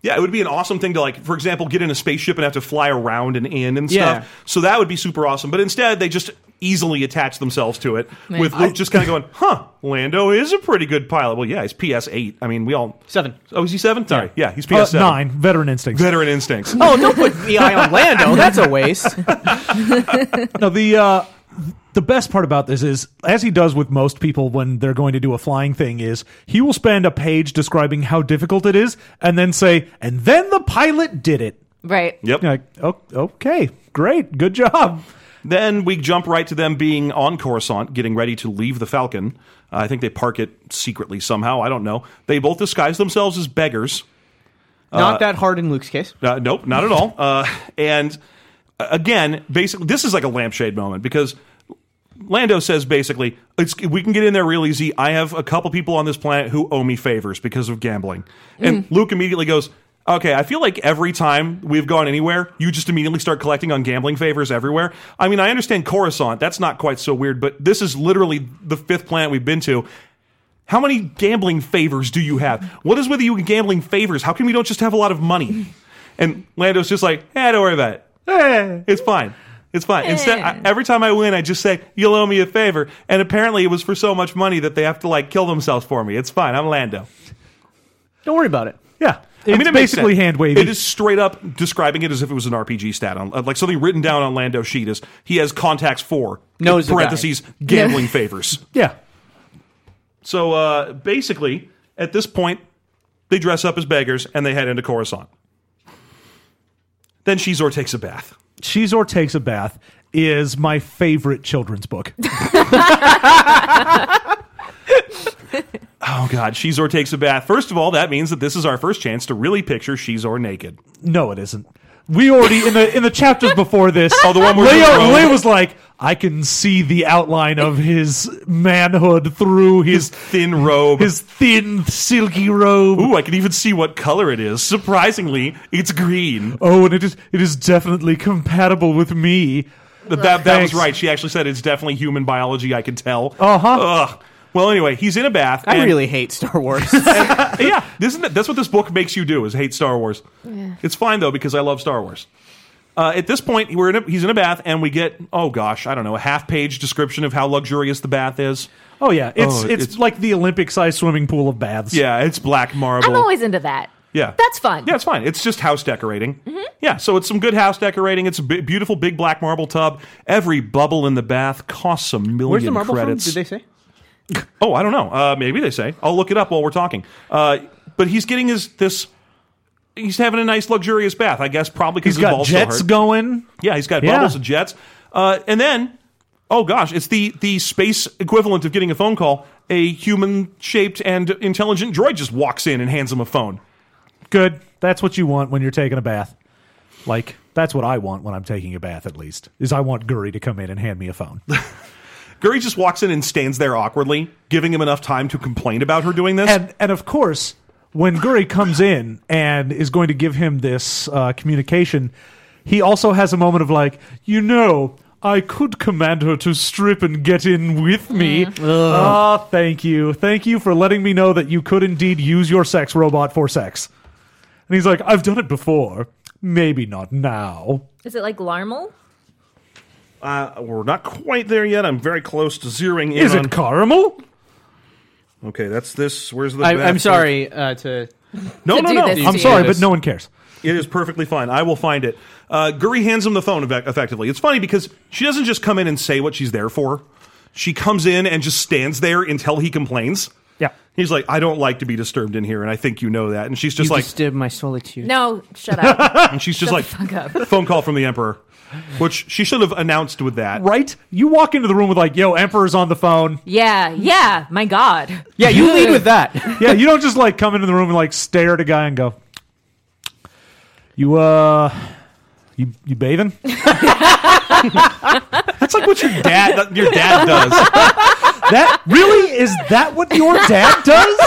Speaker 3: Yeah, it would be an awesome thing to like, for example, get in a spaceship and have to fly around and in and
Speaker 6: Yeah.
Speaker 3: stuff. So that would be super awesome. But instead, they just easily attach themselves to it with Luke just kind of going, "Huh, Lando is a pretty good pilot." Well, yeah, he's PS eight. I mean, we all
Speaker 6: Seven.
Speaker 3: Oh, is he seven? Sorry, yeah, he's PS
Speaker 4: Uh,
Speaker 3: seven.
Speaker 4: nine. Veteran instincts.
Speaker 3: Veteran instincts.
Speaker 6: Oh, don't put VI
Speaker 3: *laughs*
Speaker 6: on Lando. That's a waste.
Speaker 3: Uh,
Speaker 4: No, the uh, the best part about this is, as he does with most people when they're going to do a flying thing, is he will spend a page describing how difficult it is, and then say, "And then the pilot did it."
Speaker 5: Right.
Speaker 3: Yep.
Speaker 4: You're like, oh, okay, great, good job.
Speaker 3: Then we jump right to them being on Coruscant, getting ready to leave the Falcon. Uh, I think they park it secretly somehow. I don't know. They both disguise themselves as beggars.
Speaker 6: Not that hard in Luke's case.
Speaker 3: Uh, nope, not at all. Uh, and uh, again, basically, this is like a lampshade moment because Lando says basically, it's, we can get in there real easy. I have a couple people on this planet who owe me favors because of gambling. And Luke immediately goes, Okay, I feel like every time we've gone anywhere, you just immediately start collecting on gambling favors everywhere. I mean, I understand Coruscant. That's not quite so weird, but this is literally the fifth planet we've been to. How many gambling favors do you have? What is with you and gambling favors? How come we don't just have a lot of money? And Lando's just like, eh, don't worry about it. *laughs* Eh, it's fine. It's fine. Instead, I, every time I win, I just say, you'll owe me a favor. And apparently it was for so much money that they have to like kill themselves for me. It's fine. I'm Lando.
Speaker 6: Don't worry about it.
Speaker 4: Yeah.
Speaker 3: I
Speaker 4: It's
Speaker 3: mean, it makes
Speaker 4: basically
Speaker 3: sense.
Speaker 4: hand wavy.
Speaker 3: It is straight up describing it as if it was an RPG stat, on, like something written down on Lando's sheet. Is he has contacts for
Speaker 6: Knows the guy.
Speaker 3: parentheses
Speaker 6: *laughs*
Speaker 3: gambling favors.
Speaker 4: yeah.
Speaker 3: So uh, basically, at this point, they dress up as beggars and they head into Coruscant. Then Shizor takes a bath.
Speaker 4: Shizor Takes a Bath is my favorite children's book.
Speaker 3: Oh God, Shizor takes a bath. First of all, that means that this is our first chance to really picture Shizor naked.
Speaker 4: No, it isn't. We already in the in the chapters before this.
Speaker 3: Oh, the one where
Speaker 4: Leo,
Speaker 3: the drone-
Speaker 4: Leo was like, I can see the outline of his manhood through his
Speaker 3: Thin robe.
Speaker 4: his thin silky robe.
Speaker 3: Ooh, I can even see what color it is. Surprisingly, it's green.
Speaker 4: Oh, and it is it is definitely compatible with me.
Speaker 3: That, that, that was
Speaker 4: Thanks.
Speaker 3: right. She actually said it's definitely human biology. I can tell.
Speaker 4: Uh-huh.
Speaker 3: Ugh. Well, anyway, he's in a bath.
Speaker 6: I
Speaker 3: and-
Speaker 6: really hate
Speaker 3: *laughs*
Speaker 6: Star Wars.
Speaker 3: yeah. Isn't that, that's what this book makes you do is hate Star Wars. It's fine though because I love Star Wars. Uh, at this point, we're in a, he's in a bath, and we get oh gosh, I don't know, a half page description of how luxurious the bath is.
Speaker 4: Oh yeah, it's
Speaker 3: Oh,
Speaker 4: it's,
Speaker 3: it's-
Speaker 4: like the Olympic sized swimming pool of baths.
Speaker 3: Yeah, it's black marble.
Speaker 5: I'm always into that.
Speaker 3: yeah,
Speaker 5: That's Mm-hmm. fun.
Speaker 3: Yeah, it's fine. It's just house decorating. Yeah, so it's some good house decorating. It's a bi- beautiful big black marble tub. Every bubble in the bath costs a million
Speaker 6: Where's the marble
Speaker 3: credits.
Speaker 6: from? Did they say?
Speaker 3: Oh, I don't know. Uh, maybe they say. I'll look it up while we're talking. Uh, but he's getting his this. He's having a nice luxurious bath, I guess, probably because
Speaker 4: he's
Speaker 3: his
Speaker 4: got
Speaker 3: balls
Speaker 4: jets
Speaker 3: still hurt.
Speaker 4: going.
Speaker 3: yeah, he's got
Speaker 4: Yeah.
Speaker 3: bubbles and jets. Uh, and then, oh gosh, it's the the space equivalent of getting a phone call. A human shaped and intelligent droid just walks in and hands him a phone.
Speaker 4: Good. That's what you want when you're taking a bath. Like that's what I want when I'm taking a bath. At least is I want Guri to come in and hand me a phone.
Speaker 3: Guri just walks in and stands there awkwardly, giving him enough time to complain about her doing this.
Speaker 4: and and of course, when Guri comes in and is going to give him this uh, communication, he also has a moment of like, you know, I could command her to strip and get in with me. Ah, thank you, thank you for letting me know that you could indeed use your sex robot for sex. And he's like, I've done it before, maybe not now.
Speaker 5: Is it like Larmal?
Speaker 3: uh, we're not quite there yet. I'm very close to zeroing in.
Speaker 4: Is
Speaker 3: on-
Speaker 4: it caramel?
Speaker 3: okay? That's this. Where's the?
Speaker 6: I,
Speaker 3: bath
Speaker 6: I'm
Speaker 3: part?
Speaker 6: sorry uh, to.
Speaker 3: No,
Speaker 5: To
Speaker 3: no,
Speaker 5: do
Speaker 3: no.
Speaker 5: this to
Speaker 4: I'm
Speaker 5: you.
Speaker 4: sorry,
Speaker 6: Yes.
Speaker 4: but no one cares.
Speaker 3: It is perfectly fine. I will find it. Uh, Guri hands him the phone effect- effectively. It's funny because she doesn't just come in and say what she's there for. She comes in and just stands there until he complains.
Speaker 4: Yeah.
Speaker 3: He's like, I don't like to be disturbed in here, and I think you know that. And she's just like,
Speaker 6: disturb my solitude.
Speaker 5: No,
Speaker 3: *laughs*
Speaker 5: shut up.
Speaker 3: and she's just like,
Speaker 5: fuck up.
Speaker 3: *laughs* phone call from the emperor, which she should have announced with that.
Speaker 4: Right? You walk into the room with like, yo, Emperor's on the phone.
Speaker 5: yeah, yeah. My God.
Speaker 6: Yeah, you lead with that.
Speaker 4: Yeah, you don't just like come into the room and like stare at a guy and go, "You uh, you you bathing?" *laughs*
Speaker 3: That's like what your dad your dad does.
Speaker 4: That really is that what your dad does?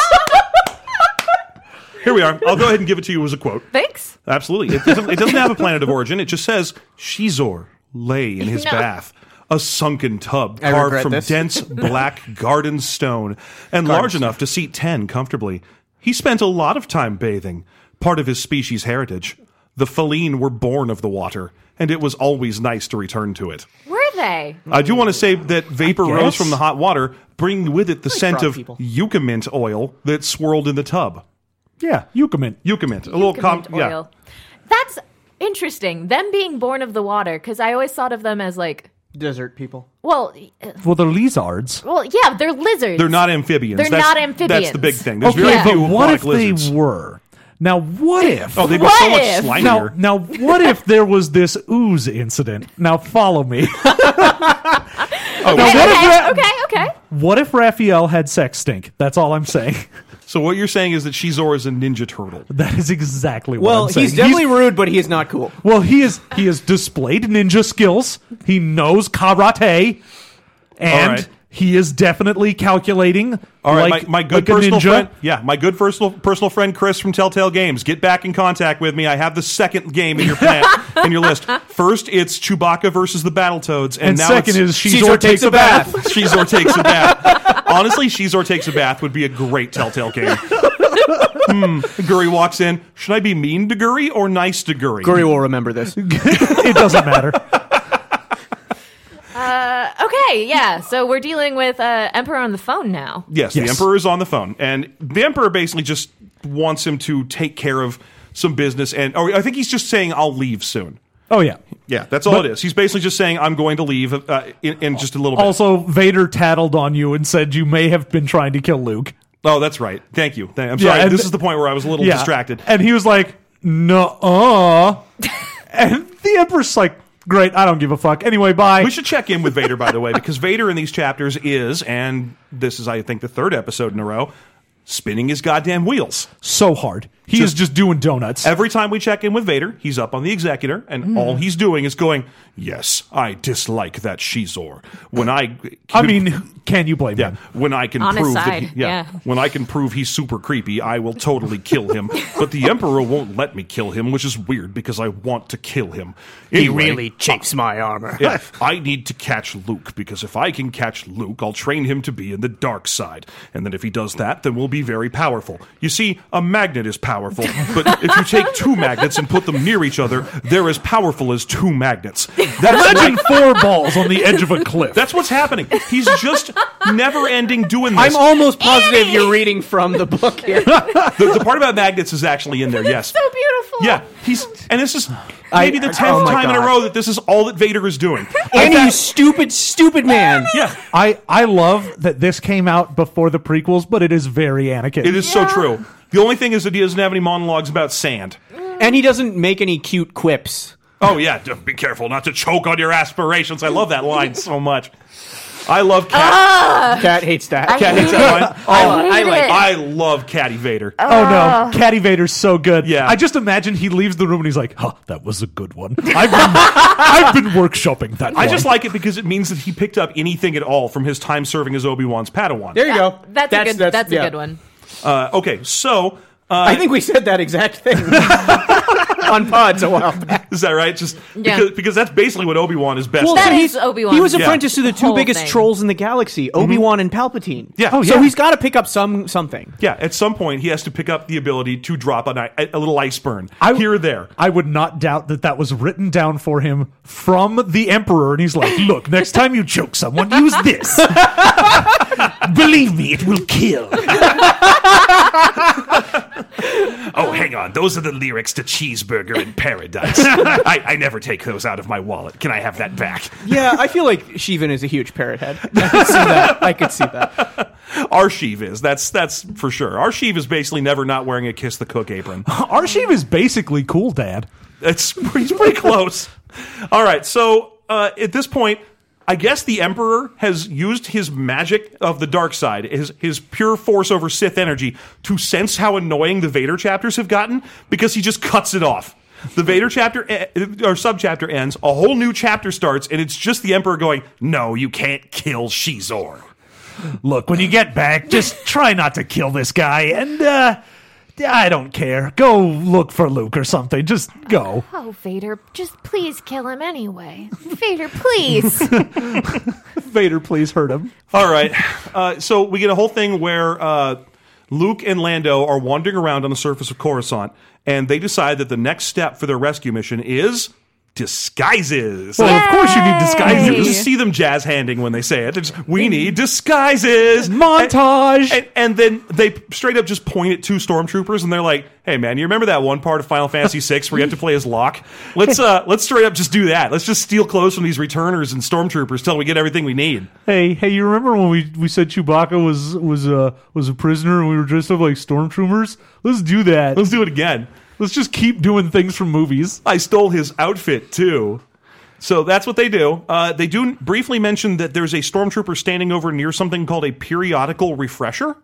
Speaker 3: Here we are. I'll go ahead and give it to you as a quote.
Speaker 5: Thanks.
Speaker 3: Absolutely. It doesn't, it doesn't have a planet of origin. It just says Shizor lay in his
Speaker 5: No.
Speaker 3: bath, a sunken tub
Speaker 6: I
Speaker 3: carved
Speaker 6: regret
Speaker 3: from
Speaker 6: this.
Speaker 3: dense black garden stone and large enough to seat 10 comfortably. He spent a lot of time bathing, part of his species heritage. The feline were born of the water, and it was always nice to return to it.
Speaker 5: Were they?
Speaker 3: I do want to say that vapor
Speaker 4: guess.
Speaker 3: rose from the hot water, bringing with it the scent
Speaker 6: frog
Speaker 3: of
Speaker 6: people.
Speaker 3: yucca mint oil that swirled in the tub.
Speaker 4: Yeah, you come in.
Speaker 3: Yucca mint, a little com-
Speaker 5: Coconut
Speaker 3: yeah.
Speaker 5: oil. That's interesting. Them being born of the water, because I always thought of them as like,
Speaker 6: *laughs* Desert people.
Speaker 5: well, uh,
Speaker 4: Well, they're lizards.
Speaker 5: well, yeah, they're lizards.
Speaker 3: They're not amphibians.
Speaker 5: They're
Speaker 3: that's,
Speaker 5: not
Speaker 3: That's
Speaker 5: amphibians.
Speaker 3: the big thing. There's
Speaker 4: okay,
Speaker 3: very few
Speaker 4: but what
Speaker 3: aquatic
Speaker 4: if
Speaker 3: lizards.
Speaker 4: they were? Now, what if?
Speaker 3: oh, they'd be
Speaker 5: What
Speaker 3: so much
Speaker 5: if?
Speaker 3: slimier.
Speaker 4: now, now, what if there was this ooze incident? Now, follow me.
Speaker 3: Oh,
Speaker 5: *laughs* Okay,
Speaker 3: so-
Speaker 4: what if that-
Speaker 5: okay, okay.
Speaker 4: What if Raphael had sex stink? That's all I'm saying. *laughs*
Speaker 3: so what you're saying is that Shizor is a ninja turtle.
Speaker 4: That is exactly what
Speaker 6: Well,
Speaker 4: I'm saying.
Speaker 6: he's definitely rude, but he is not cool.
Speaker 4: Well, he is he has displayed ninja skills. He knows karate, and
Speaker 3: All right.
Speaker 4: he is definitely calculating.
Speaker 3: All right,
Speaker 4: like,
Speaker 3: my, my good
Speaker 4: like a
Speaker 3: personal
Speaker 4: ninja.
Speaker 3: friend, yeah, my good personal personal friend Chris from Telltale Games, get back in contact with me. I have the second game in your
Speaker 5: *laughs*
Speaker 3: plan in your list. First, it's Chewbacca versus the Battletoads, and,
Speaker 4: And
Speaker 3: now it's *laughs*
Speaker 4: second is Shizor takes a bath.
Speaker 3: Shizor takes a bath. Honestly, Shizor takes a bath would be a great Telltale
Speaker 5: *laughs*
Speaker 3: game. hmm. Guri walks in. Should I be mean to Guri or nice to Guri?
Speaker 6: Guri will remember this.
Speaker 4: *laughs* it doesn't matter.
Speaker 3: *laughs*
Speaker 5: Uh, okay, yeah. So we're dealing with uh, Emperor on the phone now.
Speaker 3: Yes, the
Speaker 4: Yes.
Speaker 3: emperor is on the phone, and the emperor basically just wants him to take care of some business, and or I think he's just saying I'll leave soon.
Speaker 4: Oh yeah.
Speaker 3: Yeah, that's all it is. He's basically just saying I'm going to leave uh, in, in just a little bit.
Speaker 4: Also, Vader tattled on you and said you may have been trying to kill Luke.
Speaker 3: oh, that's right. Thank you. Thank- I'm sorry.
Speaker 4: and-
Speaker 3: this is the point where I was a little
Speaker 4: Yeah.
Speaker 3: distracted.
Speaker 4: And he was like, "No,
Speaker 3: *laughs*
Speaker 4: uh." and the Empress like, "Great, I don't give a fuck. Anyway, bye."
Speaker 3: We should check in with Vader, by the way, because Vader in these chapters is, and this is, I think, the third episode in a row, spinning his goddamn wheels.
Speaker 4: so hard. He
Speaker 3: Just-
Speaker 4: is just doing donuts.
Speaker 3: Every time we check in with Vader, he's up on the executor, and all he's doing is going, Yes, I dislike that Shizor. When I.
Speaker 4: I mean, can you blame
Speaker 3: Yeah,
Speaker 4: him?
Speaker 3: when I can
Speaker 5: On his
Speaker 3: prove that
Speaker 5: side,
Speaker 3: he, yeah,
Speaker 5: yeah.
Speaker 3: when I can prove he's super creepy, I will totally kill him. but the emperor won't let me kill him, which is weird because I want to kill him. Anyway,
Speaker 6: chafes my armor.
Speaker 3: yeah, I need to catch Luke because if I can catch Luke, I'll train him to be in the dark side. And then if he does that, then we'll be very powerful. You see, a magnet is
Speaker 6: *laughs*
Speaker 3: powerful, but if you take two magnets and put them near each other, they're as powerful as two magnets. That's
Speaker 4: Imagine four balls on the edge of a
Speaker 3: *laughs*
Speaker 4: cliff.
Speaker 3: that's what's happening. He's just never ending doing this.
Speaker 6: I'm almost positive you're reading from the book here.
Speaker 3: the, the part about magnets is actually in there. Yes.
Speaker 5: So beautiful.
Speaker 3: Yeah, he's and this is
Speaker 6: I-
Speaker 3: maybe the
Speaker 6: I-
Speaker 3: tenth
Speaker 6: oh my
Speaker 3: time in a
Speaker 6: God.
Speaker 3: row that this is all that Vader is
Speaker 6: *laughs*
Speaker 3: doing.
Speaker 6: and you stupid, stupid man.
Speaker 3: Yeah,
Speaker 4: I I love that this came out before the prequels, but it is very Anakin.
Speaker 3: it is so true. The only thing is that he doesn't have any monologues about sand.
Speaker 6: And he doesn't make any cute quips.
Speaker 3: Oh yeah, d- be careful not to choke on your aspirations. I love that line so much. I love Cat.
Speaker 6: Cat hates that.
Speaker 5: Uh, I
Speaker 6: Cat
Speaker 5: hate
Speaker 6: *laughs* hates
Speaker 5: it.
Speaker 6: that
Speaker 3: line.
Speaker 5: Oh. *laughs* I,
Speaker 6: Oh, I
Speaker 5: hate
Speaker 6: like-
Speaker 5: it.
Speaker 3: I love Caddy Vader.
Speaker 4: Oh no, Caddy Vader's so good.
Speaker 3: Yeah.
Speaker 4: I just imagine he leaves the room and he's like, "Huh, that was a good one. I've been, *laughs* I've been workshopping that."
Speaker 3: I
Speaker 4: one."
Speaker 3: just like it because it means that he picked up anything at all from his time serving as Obi Wan's Padawan.
Speaker 5: *laughs*
Speaker 6: There you go.
Speaker 5: That's, a good. That's, a
Speaker 6: yeah.
Speaker 5: good one.
Speaker 3: Uh, okay, so
Speaker 6: I think we said that
Speaker 5: *laughs*
Speaker 6: exact thing on pods a while back.
Speaker 3: *laughs* is that right? Just
Speaker 5: Yeah.
Speaker 3: because, because that's basically what Obi Wan is best.
Speaker 5: That
Speaker 3: at.
Speaker 5: is
Speaker 6: he's-
Speaker 5: Obi-Wan.
Speaker 6: He was
Speaker 5: Yeah.
Speaker 6: apprenticed to the two
Speaker 5: Whole
Speaker 6: biggest
Speaker 5: thing.
Speaker 6: trolls in the galaxy, Obi Wan and Palpatine.
Speaker 3: Yeah. Oh,
Speaker 6: So
Speaker 3: yeah.
Speaker 6: he's got to pick up some something.
Speaker 3: Yeah, at some point he has to pick up the ability to drop an, i- a little ice burn
Speaker 4: I-
Speaker 3: here or there.
Speaker 4: I would not doubt that that was written down for him from the Emperor, and he's like, "Look, next time you choke someone, use this. *laughs* Believe me, it will
Speaker 3: *laughs*
Speaker 4: kill."
Speaker 7: Oh, hang on. Those are the lyrics to Cheeseburger in
Speaker 3: *laughs*
Speaker 7: Paradise. I, I never take those out of my wallet. Can I have that back?
Speaker 6: Yeah, I feel like *laughs* Sheevan is a huge parrot head. I could see that. I could see that.
Speaker 3: Arshiv is that's that's for sure. Arshiv is basically never not wearing a kiss the cook apron.
Speaker 4: Arshiv is basically cool, Dad.
Speaker 3: It's he's pretty close. *laughs* All right, so uh, at this point, I guess the Emperor has used his magic of the dark side, his his pure force over Sith energy, to sense how annoying the Vader chapters have gotten because he just cuts it off. The Vader chapter eh, or subchapter ends, a whole new chapter starts, and it's just the Emperor going, "No, you can't kill Shizor."
Speaker 4: Look, when you get back,
Speaker 6: *laughs*
Speaker 4: just try not to kill this guy, and uh, I don't care. Go look for Luke or something. Just go.
Speaker 5: Oh, Vader, just please kill him anyway. *laughs* Vader, please.
Speaker 4: Vader, please hurt him.
Speaker 3: All right. Uh, so we get a whole thing where uh, Luke and Lando are wandering around on the surface of Coruscant, and they decide that the next step for their rescue mission is disguises.
Speaker 4: Well, of course you need disguises.
Speaker 3: You just see them jazz handing when they say it. They're just, we need disguises.
Speaker 4: *laughs* Montage.
Speaker 3: And, and then they straight up just point at two stormtroopers, and they're like, "Hey, man, you remember that one part of Final Fantasy VI where you have to play as Locke? Let's
Speaker 4: *laughs*
Speaker 3: uh, let's straight up just do that. Let's just steal clothes from these returners and stormtroopers till we get everything we need."
Speaker 4: Hey, hey, you remember when we, we said Chewbacca was was uh, was a prisoner and we were dressed up like stormtroopers? Let's do that.
Speaker 3: Let's do it again.
Speaker 4: Let's just keep doing things from movies.
Speaker 3: I stole his outfit too. So that's what they do. Uh, they do briefly mention that there's a stormtrooper standing over near something called a periodical refresher.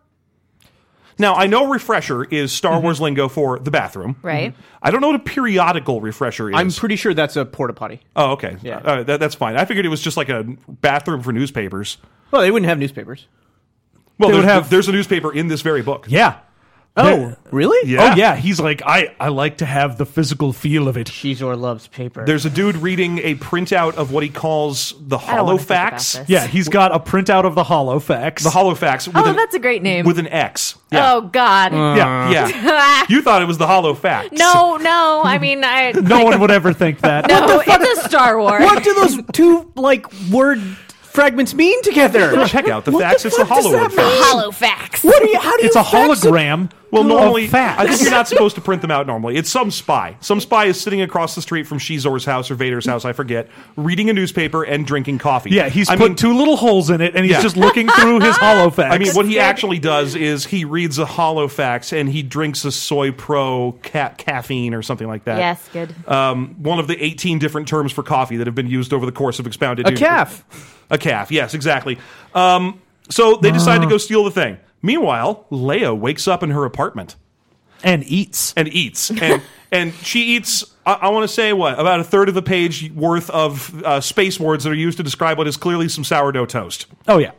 Speaker 3: Now I know refresher is Star Wars lingo for the bathroom,
Speaker 5: Mm-hmm. Right.
Speaker 3: I don't know what a periodical refresher is.
Speaker 6: I'm pretty sure that's a porta potty.
Speaker 3: oh, okay.
Speaker 6: Yeah.
Speaker 3: Uh, that, that's fine. I figured it was just like a bathroom for newspapers.
Speaker 6: Well, they wouldn't have newspapers.
Speaker 3: Well,
Speaker 4: They would
Speaker 3: there's,
Speaker 4: have-
Speaker 3: there's a newspaper in this very book.
Speaker 4: Yeah.
Speaker 6: Oh, really?
Speaker 3: Yeah.
Speaker 4: Oh yeah, he's like I. I like to have the physical feel of it.
Speaker 6: Shizor loves paper.
Speaker 3: There's a dude reading a printout of what he calls the
Speaker 5: I don't wanna think about
Speaker 3: Holofax.
Speaker 5: this.
Speaker 4: Yeah, he's got a printout of the Hollow Facts.
Speaker 3: The Holofax. With
Speaker 5: Oh,
Speaker 3: an,
Speaker 5: that's a great name.
Speaker 3: With an X. Yeah.
Speaker 5: Oh God.
Speaker 4: Uh.
Speaker 5: *laughs*
Speaker 6: Uh.
Speaker 5: Ah,
Speaker 3: Yeah. Yeah. you thought it was the Holofax.
Speaker 5: no, no. I mean, I
Speaker 4: no one would ever think
Speaker 6: *laughs*
Speaker 4: that.
Speaker 5: no. It's a Star Wars.
Speaker 6: what do those two like word fragments mean together?
Speaker 3: Check out the
Speaker 6: What
Speaker 3: facts.
Speaker 6: the
Speaker 3: it's the
Speaker 6: fuck does
Speaker 3: Hollow
Speaker 5: *laughs*
Speaker 6: that mean?
Speaker 3: Facts.
Speaker 5: Hollow facts.
Speaker 6: What do you? How do you?
Speaker 4: It's a
Speaker 6: fax
Speaker 4: hologram.
Speaker 3: Well, normally,
Speaker 4: of facts.
Speaker 3: I think
Speaker 4: *laughs*
Speaker 3: you're not supposed to print them out normally. It's some spy. Some spy is sitting across the street from Shizor's house or Vader's house, I forget, reading a newspaper and drinking coffee.
Speaker 4: Yeah, he's
Speaker 3: I
Speaker 4: put
Speaker 3: mean,
Speaker 4: two little holes in it, and he's
Speaker 3: Yeah.
Speaker 4: just looking through
Speaker 6: *laughs*
Speaker 4: his hollow facts.
Speaker 3: I mean, what he actually does is he reads a Holofax and he drinks a Soy Pro ca- caffeine or something like that.
Speaker 5: Yes, good.
Speaker 3: Um, one of the 18 different terms for coffee that have been used over the course of expounded.
Speaker 6: A calf.
Speaker 3: A calf. Yes, exactly. Um, so they decide to
Speaker 4: Ah.
Speaker 3: go steal the thing. Meanwhile, Leia wakes up in her apartment
Speaker 4: and eats.
Speaker 3: and
Speaker 4: *laughs*
Speaker 3: eats and and she eats i, I want to say what about a third of the page worth of uh, space words that are used to describe what is clearly some sourdough toast
Speaker 4: Oh yeah,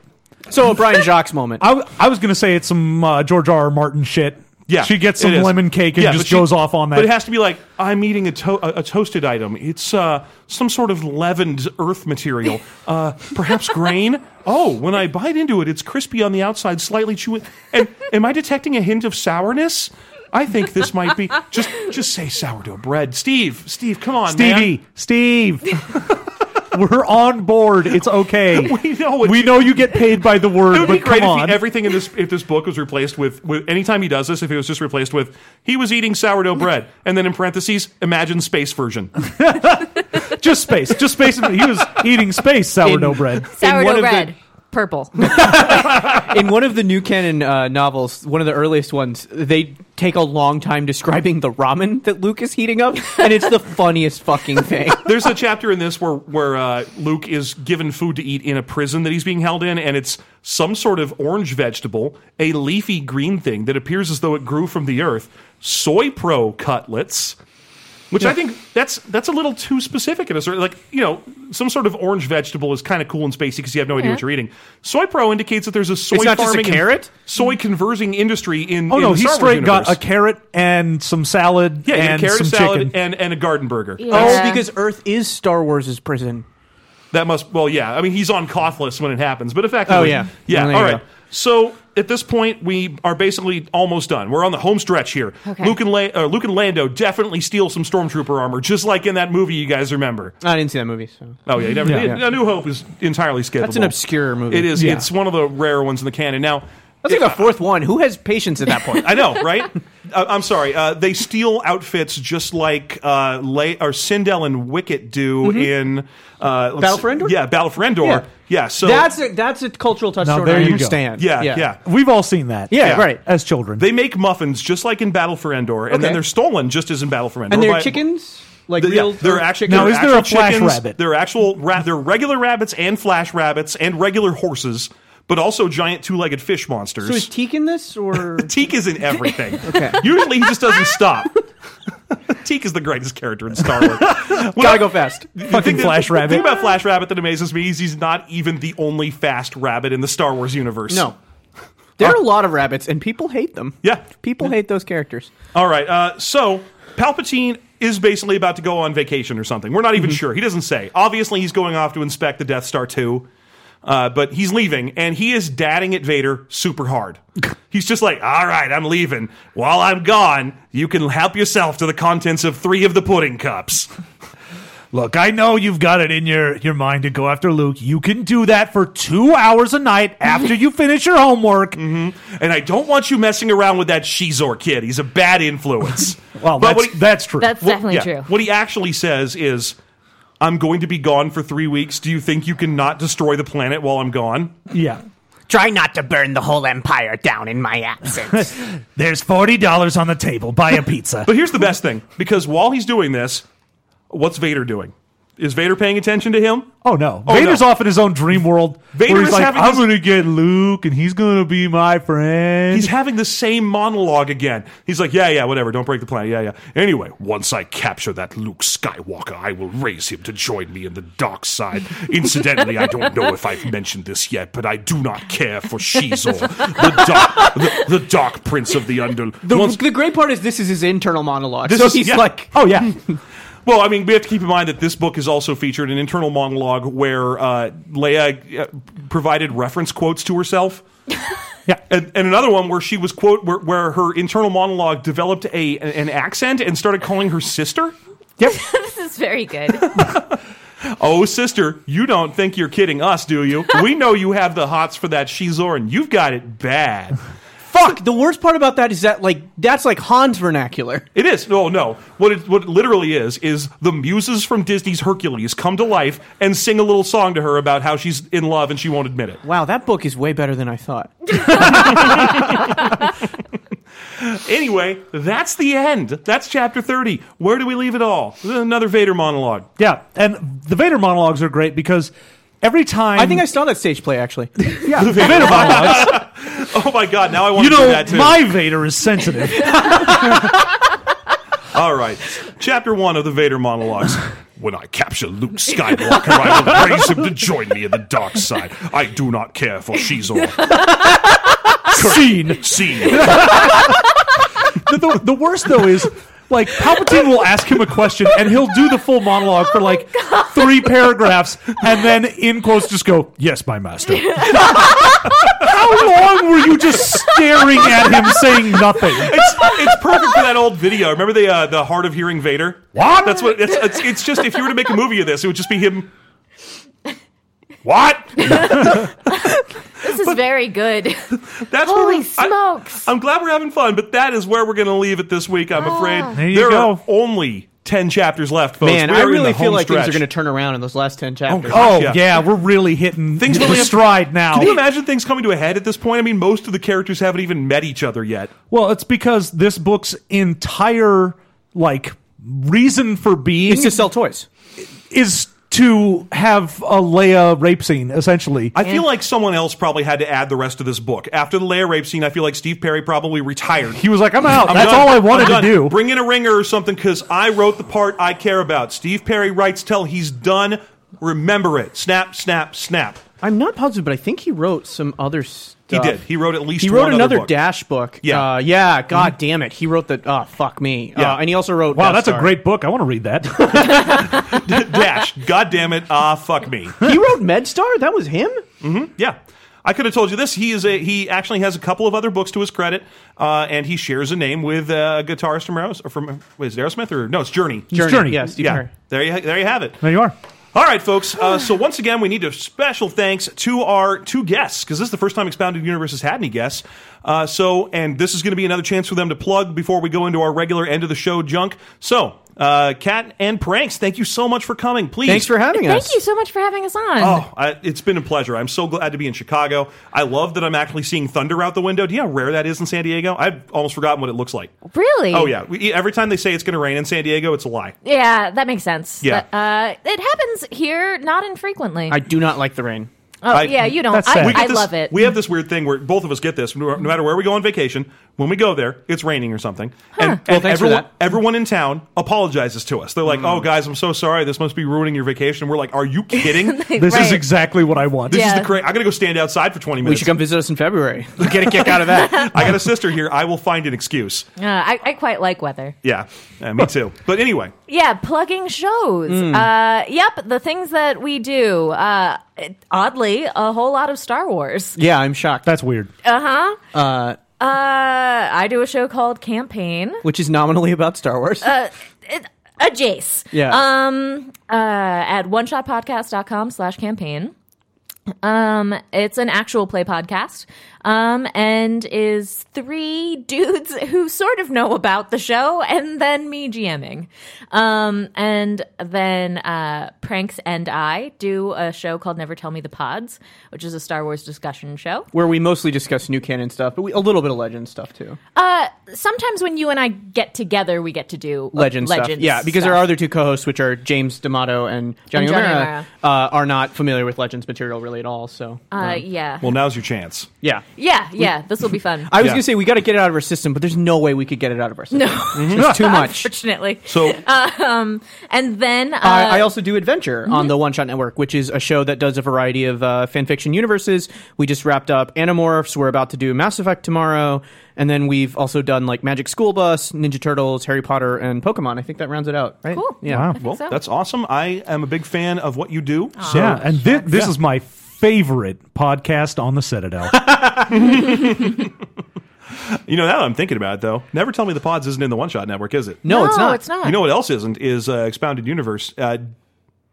Speaker 6: So a *laughs* Brian Jacques moment.
Speaker 4: I, w- I was gonna say it's some uh, George R. R. Martin shit.
Speaker 3: yeah
Speaker 4: she gets some
Speaker 3: it is.
Speaker 4: lemon cake and
Speaker 3: Yeah,
Speaker 4: just
Speaker 3: but she-
Speaker 4: goes off on that.
Speaker 3: but it has to be like i'm eating a, to- a, a toasted item it's uh, some sort of leavened earth
Speaker 4: *laughs*
Speaker 3: material uh, perhaps grain oh when i bite into it it's crispy on the outside slightly chewy and am i detecting a hint of sourness I think this might be just just say sourdough bread, Steve. Steve, come on, man. *laughs*
Speaker 4: Stevie, Steve.
Speaker 6: *laughs*
Speaker 4: We're on board.
Speaker 3: *laughs*
Speaker 4: It's okay.
Speaker 3: We know it.
Speaker 4: We know you get paid by the word,
Speaker 3: It would
Speaker 4: but
Speaker 3: be great
Speaker 4: come
Speaker 3: if
Speaker 4: on.
Speaker 3: he, everything in this if this book was replaced with with anytime he does this if it was just replaced with he was eating sourdough bread and then in parentheses imagine space version
Speaker 4: just space.
Speaker 3: *laughs*
Speaker 4: Just space. He was eating space sourdough
Speaker 6: In-
Speaker 4: bread.
Speaker 6: one
Speaker 5: Sourdough
Speaker 6: of the-
Speaker 5: bread. Purple. *laughs*
Speaker 6: In one of the new canon uh, novels, one of the earliest ones, they take a long time describing the ramen that Luke is heating up, and it's the funniest fucking thing.
Speaker 3: there's a chapter in this where where uh, Luke is given food to eat in a prison that he's being held in and it's some sort of orange vegetable a leafy green thing that appears as though it grew from the earth soy pro cutlets which I think that's that's a little too specific in a certain like you know some sort of orange vegetable is kind of cool and spacey because you have no idea what you're eating. Soy Pro indicates that there's a soy
Speaker 6: It's not just a
Speaker 3: farming and
Speaker 6: carrot?
Speaker 3: soy converting industry in.
Speaker 4: Oh
Speaker 3: in
Speaker 4: no,
Speaker 3: the
Speaker 4: he
Speaker 3: Star Wars
Speaker 4: straight
Speaker 3: universe.
Speaker 4: got a carrot and some salad
Speaker 3: yeah, you get
Speaker 4: and
Speaker 3: a carrot
Speaker 4: some
Speaker 3: salad
Speaker 4: chicken.
Speaker 3: and and a garden burger.
Speaker 5: Yeah.
Speaker 6: *laughs* Oh, because Earth is Star Wars' prison.
Speaker 3: That must well, yeah. I mean, he's on Cothless when it happens, but effectively,
Speaker 6: Oh, yeah.
Speaker 3: yeah.
Speaker 6: Well, there
Speaker 3: all
Speaker 6: you
Speaker 3: right.
Speaker 6: go.
Speaker 3: So at this point, we are basically almost done. We're on the home stretch here.
Speaker 5: Okay.
Speaker 3: Luke and La- uh, Luke and Lando definitely steal some stormtrooper armor, just like in that movie you guys remember.
Speaker 6: I didn't see that movie. So.
Speaker 3: Oh yeah, you never.
Speaker 4: Yeah.
Speaker 3: A New Hope is entirely skippable.
Speaker 6: That's an obscure movie.
Speaker 3: It is.
Speaker 4: Yeah.
Speaker 3: It's one of the rare ones in the canon. Now,
Speaker 6: That's like a fourth one. Who has patience at that point?
Speaker 3: I know, right? *laughs* uh, I'm sorry. Uh, they steal outfits just like uh, Lay- or Sindel and Wicket do in uh, let's
Speaker 6: Mm-hmm. Battle
Speaker 3: see-
Speaker 6: for Endor?
Speaker 3: Yeah, Battle for Endor. Yeah.
Speaker 6: Yeah.
Speaker 3: so
Speaker 6: that's a, that's a cultural touchstone.
Speaker 4: there
Speaker 6: I
Speaker 4: you go.
Speaker 6: understand.
Speaker 3: yeah, yeah,
Speaker 4: We've all seen that.
Speaker 6: Yeah, right.
Speaker 4: As children.
Speaker 3: They make muffins just like in Battle for Endor, and then
Speaker 6: Okay.
Speaker 3: they're stolen just as in Battle for Endor.
Speaker 6: And they're
Speaker 3: by-
Speaker 6: chickens, like
Speaker 3: The,
Speaker 6: real.
Speaker 3: yeah, they're actually
Speaker 4: Now,
Speaker 3: they're
Speaker 4: is there a
Speaker 3: actual
Speaker 4: flash
Speaker 3: chickens,
Speaker 4: rabbit?
Speaker 3: They're actual ra- they're regular rabbits and flash rabbits and regular horses, but also giant two-legged fish monsters.
Speaker 6: So is Teak in
Speaker 3: *laughs*
Speaker 6: this, or
Speaker 3: Teak is in everything.
Speaker 6: Okay.
Speaker 3: Usually he just doesn't stop. *laughs* Teak is the greatest character in Star Wars. When I-
Speaker 6: gotta go fast?
Speaker 3: the
Speaker 4: Fucking
Speaker 3: thing that-
Speaker 4: Flash
Speaker 3: the
Speaker 4: Rabbit.
Speaker 3: thing about Flash Rabbit that amazes me is he's not even the only fast rabbit in the Star Wars universe.
Speaker 6: No, there are a lot of rabbits, and people hate them.
Speaker 3: Yeah.
Speaker 6: people hate those characters.
Speaker 3: All right. Uh, so Palpatine is basically about to go on vacation or something. We're not
Speaker 4: Mm-hmm.
Speaker 3: even sure. He doesn't say. Obviously, he's going off to inspect the Death Star 2. Uh, but he's leaving, and he is dadding at Vader super
Speaker 4: *laughs*
Speaker 3: hard. He's just like, "All right, I'm leaving. While I'm gone, you can help yourself to the contents of three of the pudding cups."
Speaker 4: Look, I know you've got it in your, your mind to go after Luke. You can do that for two hours a night after you finish your homework.
Speaker 3: And I don't want you messing around with that Shizor kid. He's a bad influence.
Speaker 4: *laughs* Well,
Speaker 3: But
Speaker 4: that's,
Speaker 3: what he-
Speaker 4: that's true.
Speaker 5: That's definitely
Speaker 3: yeah,
Speaker 5: true.
Speaker 3: What he actually says is, "I'm going to be gone for three weeks. Do you think you can not destroy the planet while I'm gone?"
Speaker 4: yeah.
Speaker 8: Try not to burn the whole empire down in my absence.
Speaker 4: There's $40 on the table. Buy a pizza.
Speaker 3: But here's the best thing, because while he's doing this, what's Vader doing? Is Vader paying attention to him?
Speaker 4: *laughs* Oh no, Vader's
Speaker 3: no.
Speaker 4: off in his own dream world.
Speaker 3: Vader
Speaker 4: where he's
Speaker 3: is
Speaker 4: like,
Speaker 3: having
Speaker 4: I'm
Speaker 3: his-
Speaker 4: gonna get Luke, and he's gonna be my friend.
Speaker 3: He's having the same monologue again. He's like, yeah, yeah, whatever. Don't break the plan. Yeah, yeah. Anyway,
Speaker 7: Once I capture that Luke Skywalker, I will raise him to join me in the dark side. Incidentally, I don't know if I've mentioned this yet, but I do not care for Shizor, the dark, the, the dark prince of the under.
Speaker 6: The,
Speaker 7: Once-
Speaker 6: the great part is this is his internal monologue.
Speaker 3: This
Speaker 6: so
Speaker 3: is-
Speaker 6: he's
Speaker 3: yeah.
Speaker 6: like,
Speaker 4: oh yeah, *laughs*
Speaker 3: Well, I mean, we have to keep in mind that this book is also featured an internal monologue where uh, Leia uh, provided reference quotes to herself.
Speaker 4: Yeah.
Speaker 3: and, and another one where she was quote where, where her internal monologue developed a an accent and started calling her sister.
Speaker 5: This is very good.
Speaker 3: Oh, sister, you don't think you're kidding us, do you? we know you have the hots for that Shizor, and you've got it bad.
Speaker 6: fuck. The worst part about that is that like that's like Han's vernacular.
Speaker 3: It is. No, no. What it, what it literally is is the muses from Disney's Hercules come to life and sing a little song to her about how she's in love and she won't admit it.
Speaker 6: Wow, that book is way better than I *laughs* thought.
Speaker 3: Anyway, that's the end. That's chapter 30. Where do we leave it all? Another Vader monologue.
Speaker 4: yeah. And the Vader monologues are great because every time
Speaker 6: I think I saw that stage play actually.
Speaker 4: yeah, the Vader monologues.
Speaker 3: Oh my god, now I want
Speaker 4: *laughs* You
Speaker 3: to do
Speaker 4: know,
Speaker 3: that too.
Speaker 4: my Vader is *laughs* sensitive.
Speaker 3: all right. Chapter 1 of the Vader monologues.
Speaker 7: When I capture Luke Skywalker, I will raise him to join me in the dark side. I do not care for Shizor.
Speaker 4: *laughs* Scene.
Speaker 7: See,
Speaker 4: The, the, the worst though is. Like Palpatine will ask him a question, and he'll do the full monologue for like three paragraphs, and then in quotes just go, "Yes, my master." How long were you just staring at him, saying nothing?
Speaker 3: It's, it's perfect for that old video. Remember the uh, the hard of hearing Vader?
Speaker 4: What?
Speaker 3: That's what it's, it's it's just if you were to make a movie of this, it would just be him
Speaker 7: what?
Speaker 5: This is very good.
Speaker 3: That's where
Speaker 5: Holy
Speaker 3: we- I-
Speaker 5: smokes.
Speaker 3: I'm glad we're having fun, but that is where we're going to leave it this week, I'm afraid.
Speaker 4: There you
Speaker 3: there
Speaker 4: go.
Speaker 3: are only 10 chapters left, folks.
Speaker 6: Man,
Speaker 3: We're
Speaker 6: I
Speaker 3: in the
Speaker 6: really feel
Speaker 3: home
Speaker 6: like
Speaker 3: stretch.
Speaker 6: things are going to turn around in those last ten chapters.
Speaker 3: God.
Speaker 4: Oh
Speaker 3: Yeah.
Speaker 4: yeah. we're really hitting
Speaker 3: Things
Speaker 4: things
Speaker 3: really have-
Speaker 4: stride now.
Speaker 3: Can you imagine things coming to a head at this point? I mean, most of the characters haven't even met each other yet.
Speaker 4: well, it's because this book's entire like reason for being
Speaker 6: It's to sell toys.
Speaker 4: is to have a Leia rape scene essentially.
Speaker 3: I feel like someone else probably had to add the rest of this book. After the Leia rape scene, I feel like Steve Perry probably retired.
Speaker 4: he was like, "I'm out.
Speaker 3: I'm
Speaker 4: That's
Speaker 3: done.
Speaker 4: all I wanted
Speaker 3: I'm
Speaker 4: to
Speaker 3: done.
Speaker 4: do."
Speaker 3: Bring in a ringer or something because I wrote the part I care about. Steve Perry writes till he's done. Remember it. Snap, snap, snap. *laughs*
Speaker 6: I'm not positive, but I think he wrote some other stuff.
Speaker 3: He did. He wrote at least
Speaker 6: He wrote
Speaker 3: one other
Speaker 6: another
Speaker 3: book.
Speaker 6: Dash book.
Speaker 3: Yeah. Mhm.
Speaker 6: uh, yeah. God damn it, he wrote the. Oh fuck me.
Speaker 3: Yeah.
Speaker 6: Uh, and he also wrote.
Speaker 4: wow,
Speaker 6: Death
Speaker 4: that's
Speaker 6: Star.
Speaker 4: a great book. I want to
Speaker 3: *laughs*
Speaker 4: read that.
Speaker 3: Dash. God damn it. Ah, fuck me.
Speaker 6: *laughs* He wrote MedStar. That was him.
Speaker 3: Yeah. I could have told you this. He is a he actually has a couple of other books to his credit, uh, and he shares a name with uh, a guitarist from Aeros- or from wait, is it Aerosmith or no? It's Journey.
Speaker 4: Journey.
Speaker 6: Yeah, Steve
Speaker 3: Yeah,
Speaker 6: Perry.
Speaker 3: there you there you have it.
Speaker 4: there you are.
Speaker 3: All right, folks. Uh, so once again, we need a special thanks to our two guests because this is the first time Expounded Universe has had any guests. Uh, so, and this is going to be another chance for them to plug before we go into our regular end of the show junk. So, uh, Kat and Pranks, thank you so much for coming. Please,
Speaker 6: Thanks for having us.
Speaker 5: Thank you so much for having us on.
Speaker 3: Oh, I, it's been a pleasure. I'm so glad to be in Chicago. I love that I'm actually seeing thunder out the window. Do you know how rare that is in San Diego? I've almost forgotten what it looks like.
Speaker 5: Really?
Speaker 3: Oh yeah, we, every time they say it's going to rain in San Diego, it's a lie.
Speaker 5: Yeah, that makes sense.
Speaker 3: Yeah.
Speaker 5: That, uh, it happens here not infrequently.
Speaker 6: I do not like the rain.
Speaker 5: oh,
Speaker 3: I-
Speaker 5: yeah, you don't.
Speaker 4: That's sad.
Speaker 5: I,
Speaker 4: We
Speaker 5: I
Speaker 3: this,
Speaker 5: love it. *laughs*
Speaker 3: We have this weird thing where both of us get this. No no matter where we go on vacation, when we go there, it's raining or something. And, and
Speaker 6: Well, thanks for
Speaker 3: everyone,
Speaker 6: that. Mm.
Speaker 3: everyone in town apologizes to us. They're like, "Oh, guys, I'm so sorry. This must be ruining your vacation." We're like, "Are you
Speaker 6: *laughs*
Speaker 3: kidding? this
Speaker 4: This is
Speaker 5: Right.
Speaker 4: exactly what I want.
Speaker 5: Yeah.
Speaker 3: is the cra- I gotta go stand outside for 20 minutes.
Speaker 6: We
Speaker 3: *laughs*
Speaker 6: should come visit us in February. Get a kick out of that.
Speaker 3: I got a sister here. I will find an excuse."
Speaker 5: Uh, I, I quite like weather.
Speaker 3: Yeah, yeah me too. But anyway,
Speaker 5: Yeah, plugging shows.
Speaker 3: Hmm.
Speaker 5: Uh, yep, the things that we do. Uh, it- oddly, a whole lot of Star Wars.
Speaker 6: *laughs* yeah, I'm shocked.
Speaker 4: That's weird.
Speaker 5: Uh, I do a show called Campaign.
Speaker 6: Which is nominally about Star Wars.
Speaker 5: Uh, It, a Jace.
Speaker 6: yeah.
Speaker 5: Um, uh, at oneshotpodcast.com slash campaign. Um, it's an actual play podcast, um, and is three *laughs* dudes who sort of know about the show, and then me GMing, um, and then uh, Pranks and I do a show called Never Tell Me the Pods, which is a Star Wars discussion show.
Speaker 6: where we mostly discuss new canon stuff, but we, a little bit of legend stuff too.
Speaker 5: Uh, sometimes when you and I get together, we get to do
Speaker 6: Legend
Speaker 5: legends.
Speaker 6: stuff. Yeah, because
Speaker 5: stuff.
Speaker 6: our other two co-hosts, which are James D'Amato and Johnny,
Speaker 5: And Johnny
Speaker 6: O'Mara, uh, are not familiar with Legends material really at all. So
Speaker 5: Uh,
Speaker 6: Mm-hmm.
Speaker 5: yeah.
Speaker 3: Well, now's your chance.
Speaker 6: yeah.
Speaker 5: yeah, yeah, this will be fun. *laughs*
Speaker 6: I was
Speaker 3: Yeah.
Speaker 6: gonna say we got to get it out of our system, but there's no way we could get it out of our system. No, too
Speaker 5: *laughs*
Speaker 6: much.
Speaker 5: Unfortunately. *laughs*
Speaker 3: So
Speaker 5: And then uh, mm-hmm.
Speaker 6: I, I also do Adventure on the One Shot Network, which is a show that does a variety of uh, fan fiction universes. We just wrapped up Animorphs. We're about to do Mass Effect tomorrow, and then we've also done like Magic School Bus, Ninja Turtles, Harry Potter, and Pokemon. I think that rounds it out. Right?
Speaker 5: Cool.
Speaker 6: Yeah.
Speaker 4: Wow.
Speaker 5: think
Speaker 3: well,
Speaker 5: so.
Speaker 3: that's awesome. I am a big fan of what you do. So
Speaker 4: yeah, and thi- this is my favorite podcast on the Citadel. *laughs*
Speaker 3: you know now that I'm thinking about it though. Never tell me the pods isn't in the one shot network, is it?
Speaker 6: No, it's not.
Speaker 3: You know what else isn't is uh, Expounded Universe. Uh,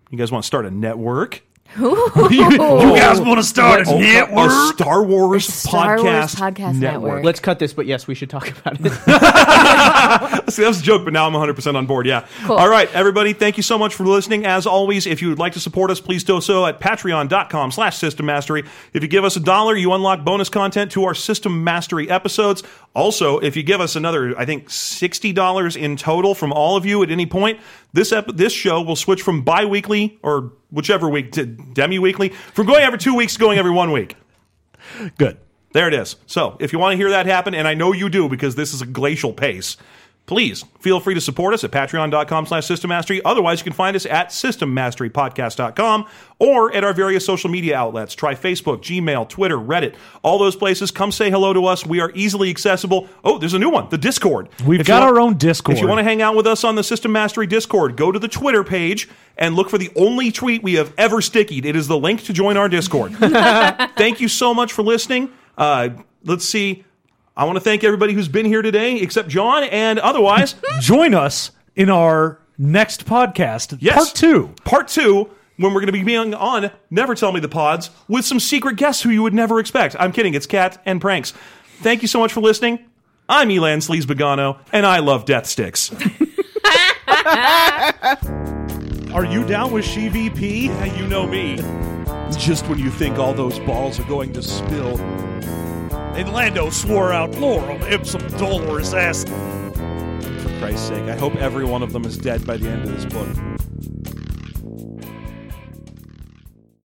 Speaker 3: you guys want to start a network?
Speaker 2: You guys want to start a
Speaker 3: Oh,
Speaker 2: network?
Speaker 3: A Star Wars
Speaker 5: Star
Speaker 3: podcast,
Speaker 5: Wars podcast network.
Speaker 6: Let's cut this, but yes, we should talk *laughs* about it.
Speaker 3: *laughs* See, that was a joke, but now I'm 100% on board. Yeah. All right, everybody, thank you so much for listening. As always, if you would like to support us, please do so at patreon.com slash system mastery. If you give us a dollar, you unlock bonus content to our system mastery episodes. Also, if you give us another, I think, $60 in total from all of you at any point, this ep- this show will switch from bi-weekly or whichever week to demi-weekly from going every two weeks to going every one week.
Speaker 4: Good.
Speaker 3: There it is. So if you want to hear that happen, and I know you do because this is a glacial pace, please feel free to support us at patreon.com slash system mastery. Otherwise, you can find us at systemmasterypodcast.com or at our various social media outlets. Try Facebook, Gmail, Twitter, Reddit, all those places. Come say hello to us. We are easily accessible. Oh, there's a new one, the Discord.
Speaker 4: We've
Speaker 3: If you
Speaker 4: got
Speaker 3: want-
Speaker 4: our own Discord.
Speaker 3: if you want to hang out with us on the System Mastery Discord, go to the Twitter page and look for the only tweet we have ever stickied. It is the link to join our Discord. thank you so much for listening. Uh, let's see. I want to thank everybody who's been here today, except John, and otherwise,
Speaker 4: join us in our next podcast,
Speaker 3: yes,
Speaker 4: part two.
Speaker 3: part two, when we're going to be being on Never Tell Me the Pods with some secret guests who you would never expect. I'm kidding. It's Cat and Pranks. Thank you so much for listening. I'm Elan Sleaze Begano, and I love death sticks.
Speaker 2: Are you down with She VP? Hey, You know me. Just when you think all those balls are going to spill. And Lando swore out Laurel Ipsum Dolores ass.
Speaker 3: Christ's sake, I hope every one of them is dead by the end of this book.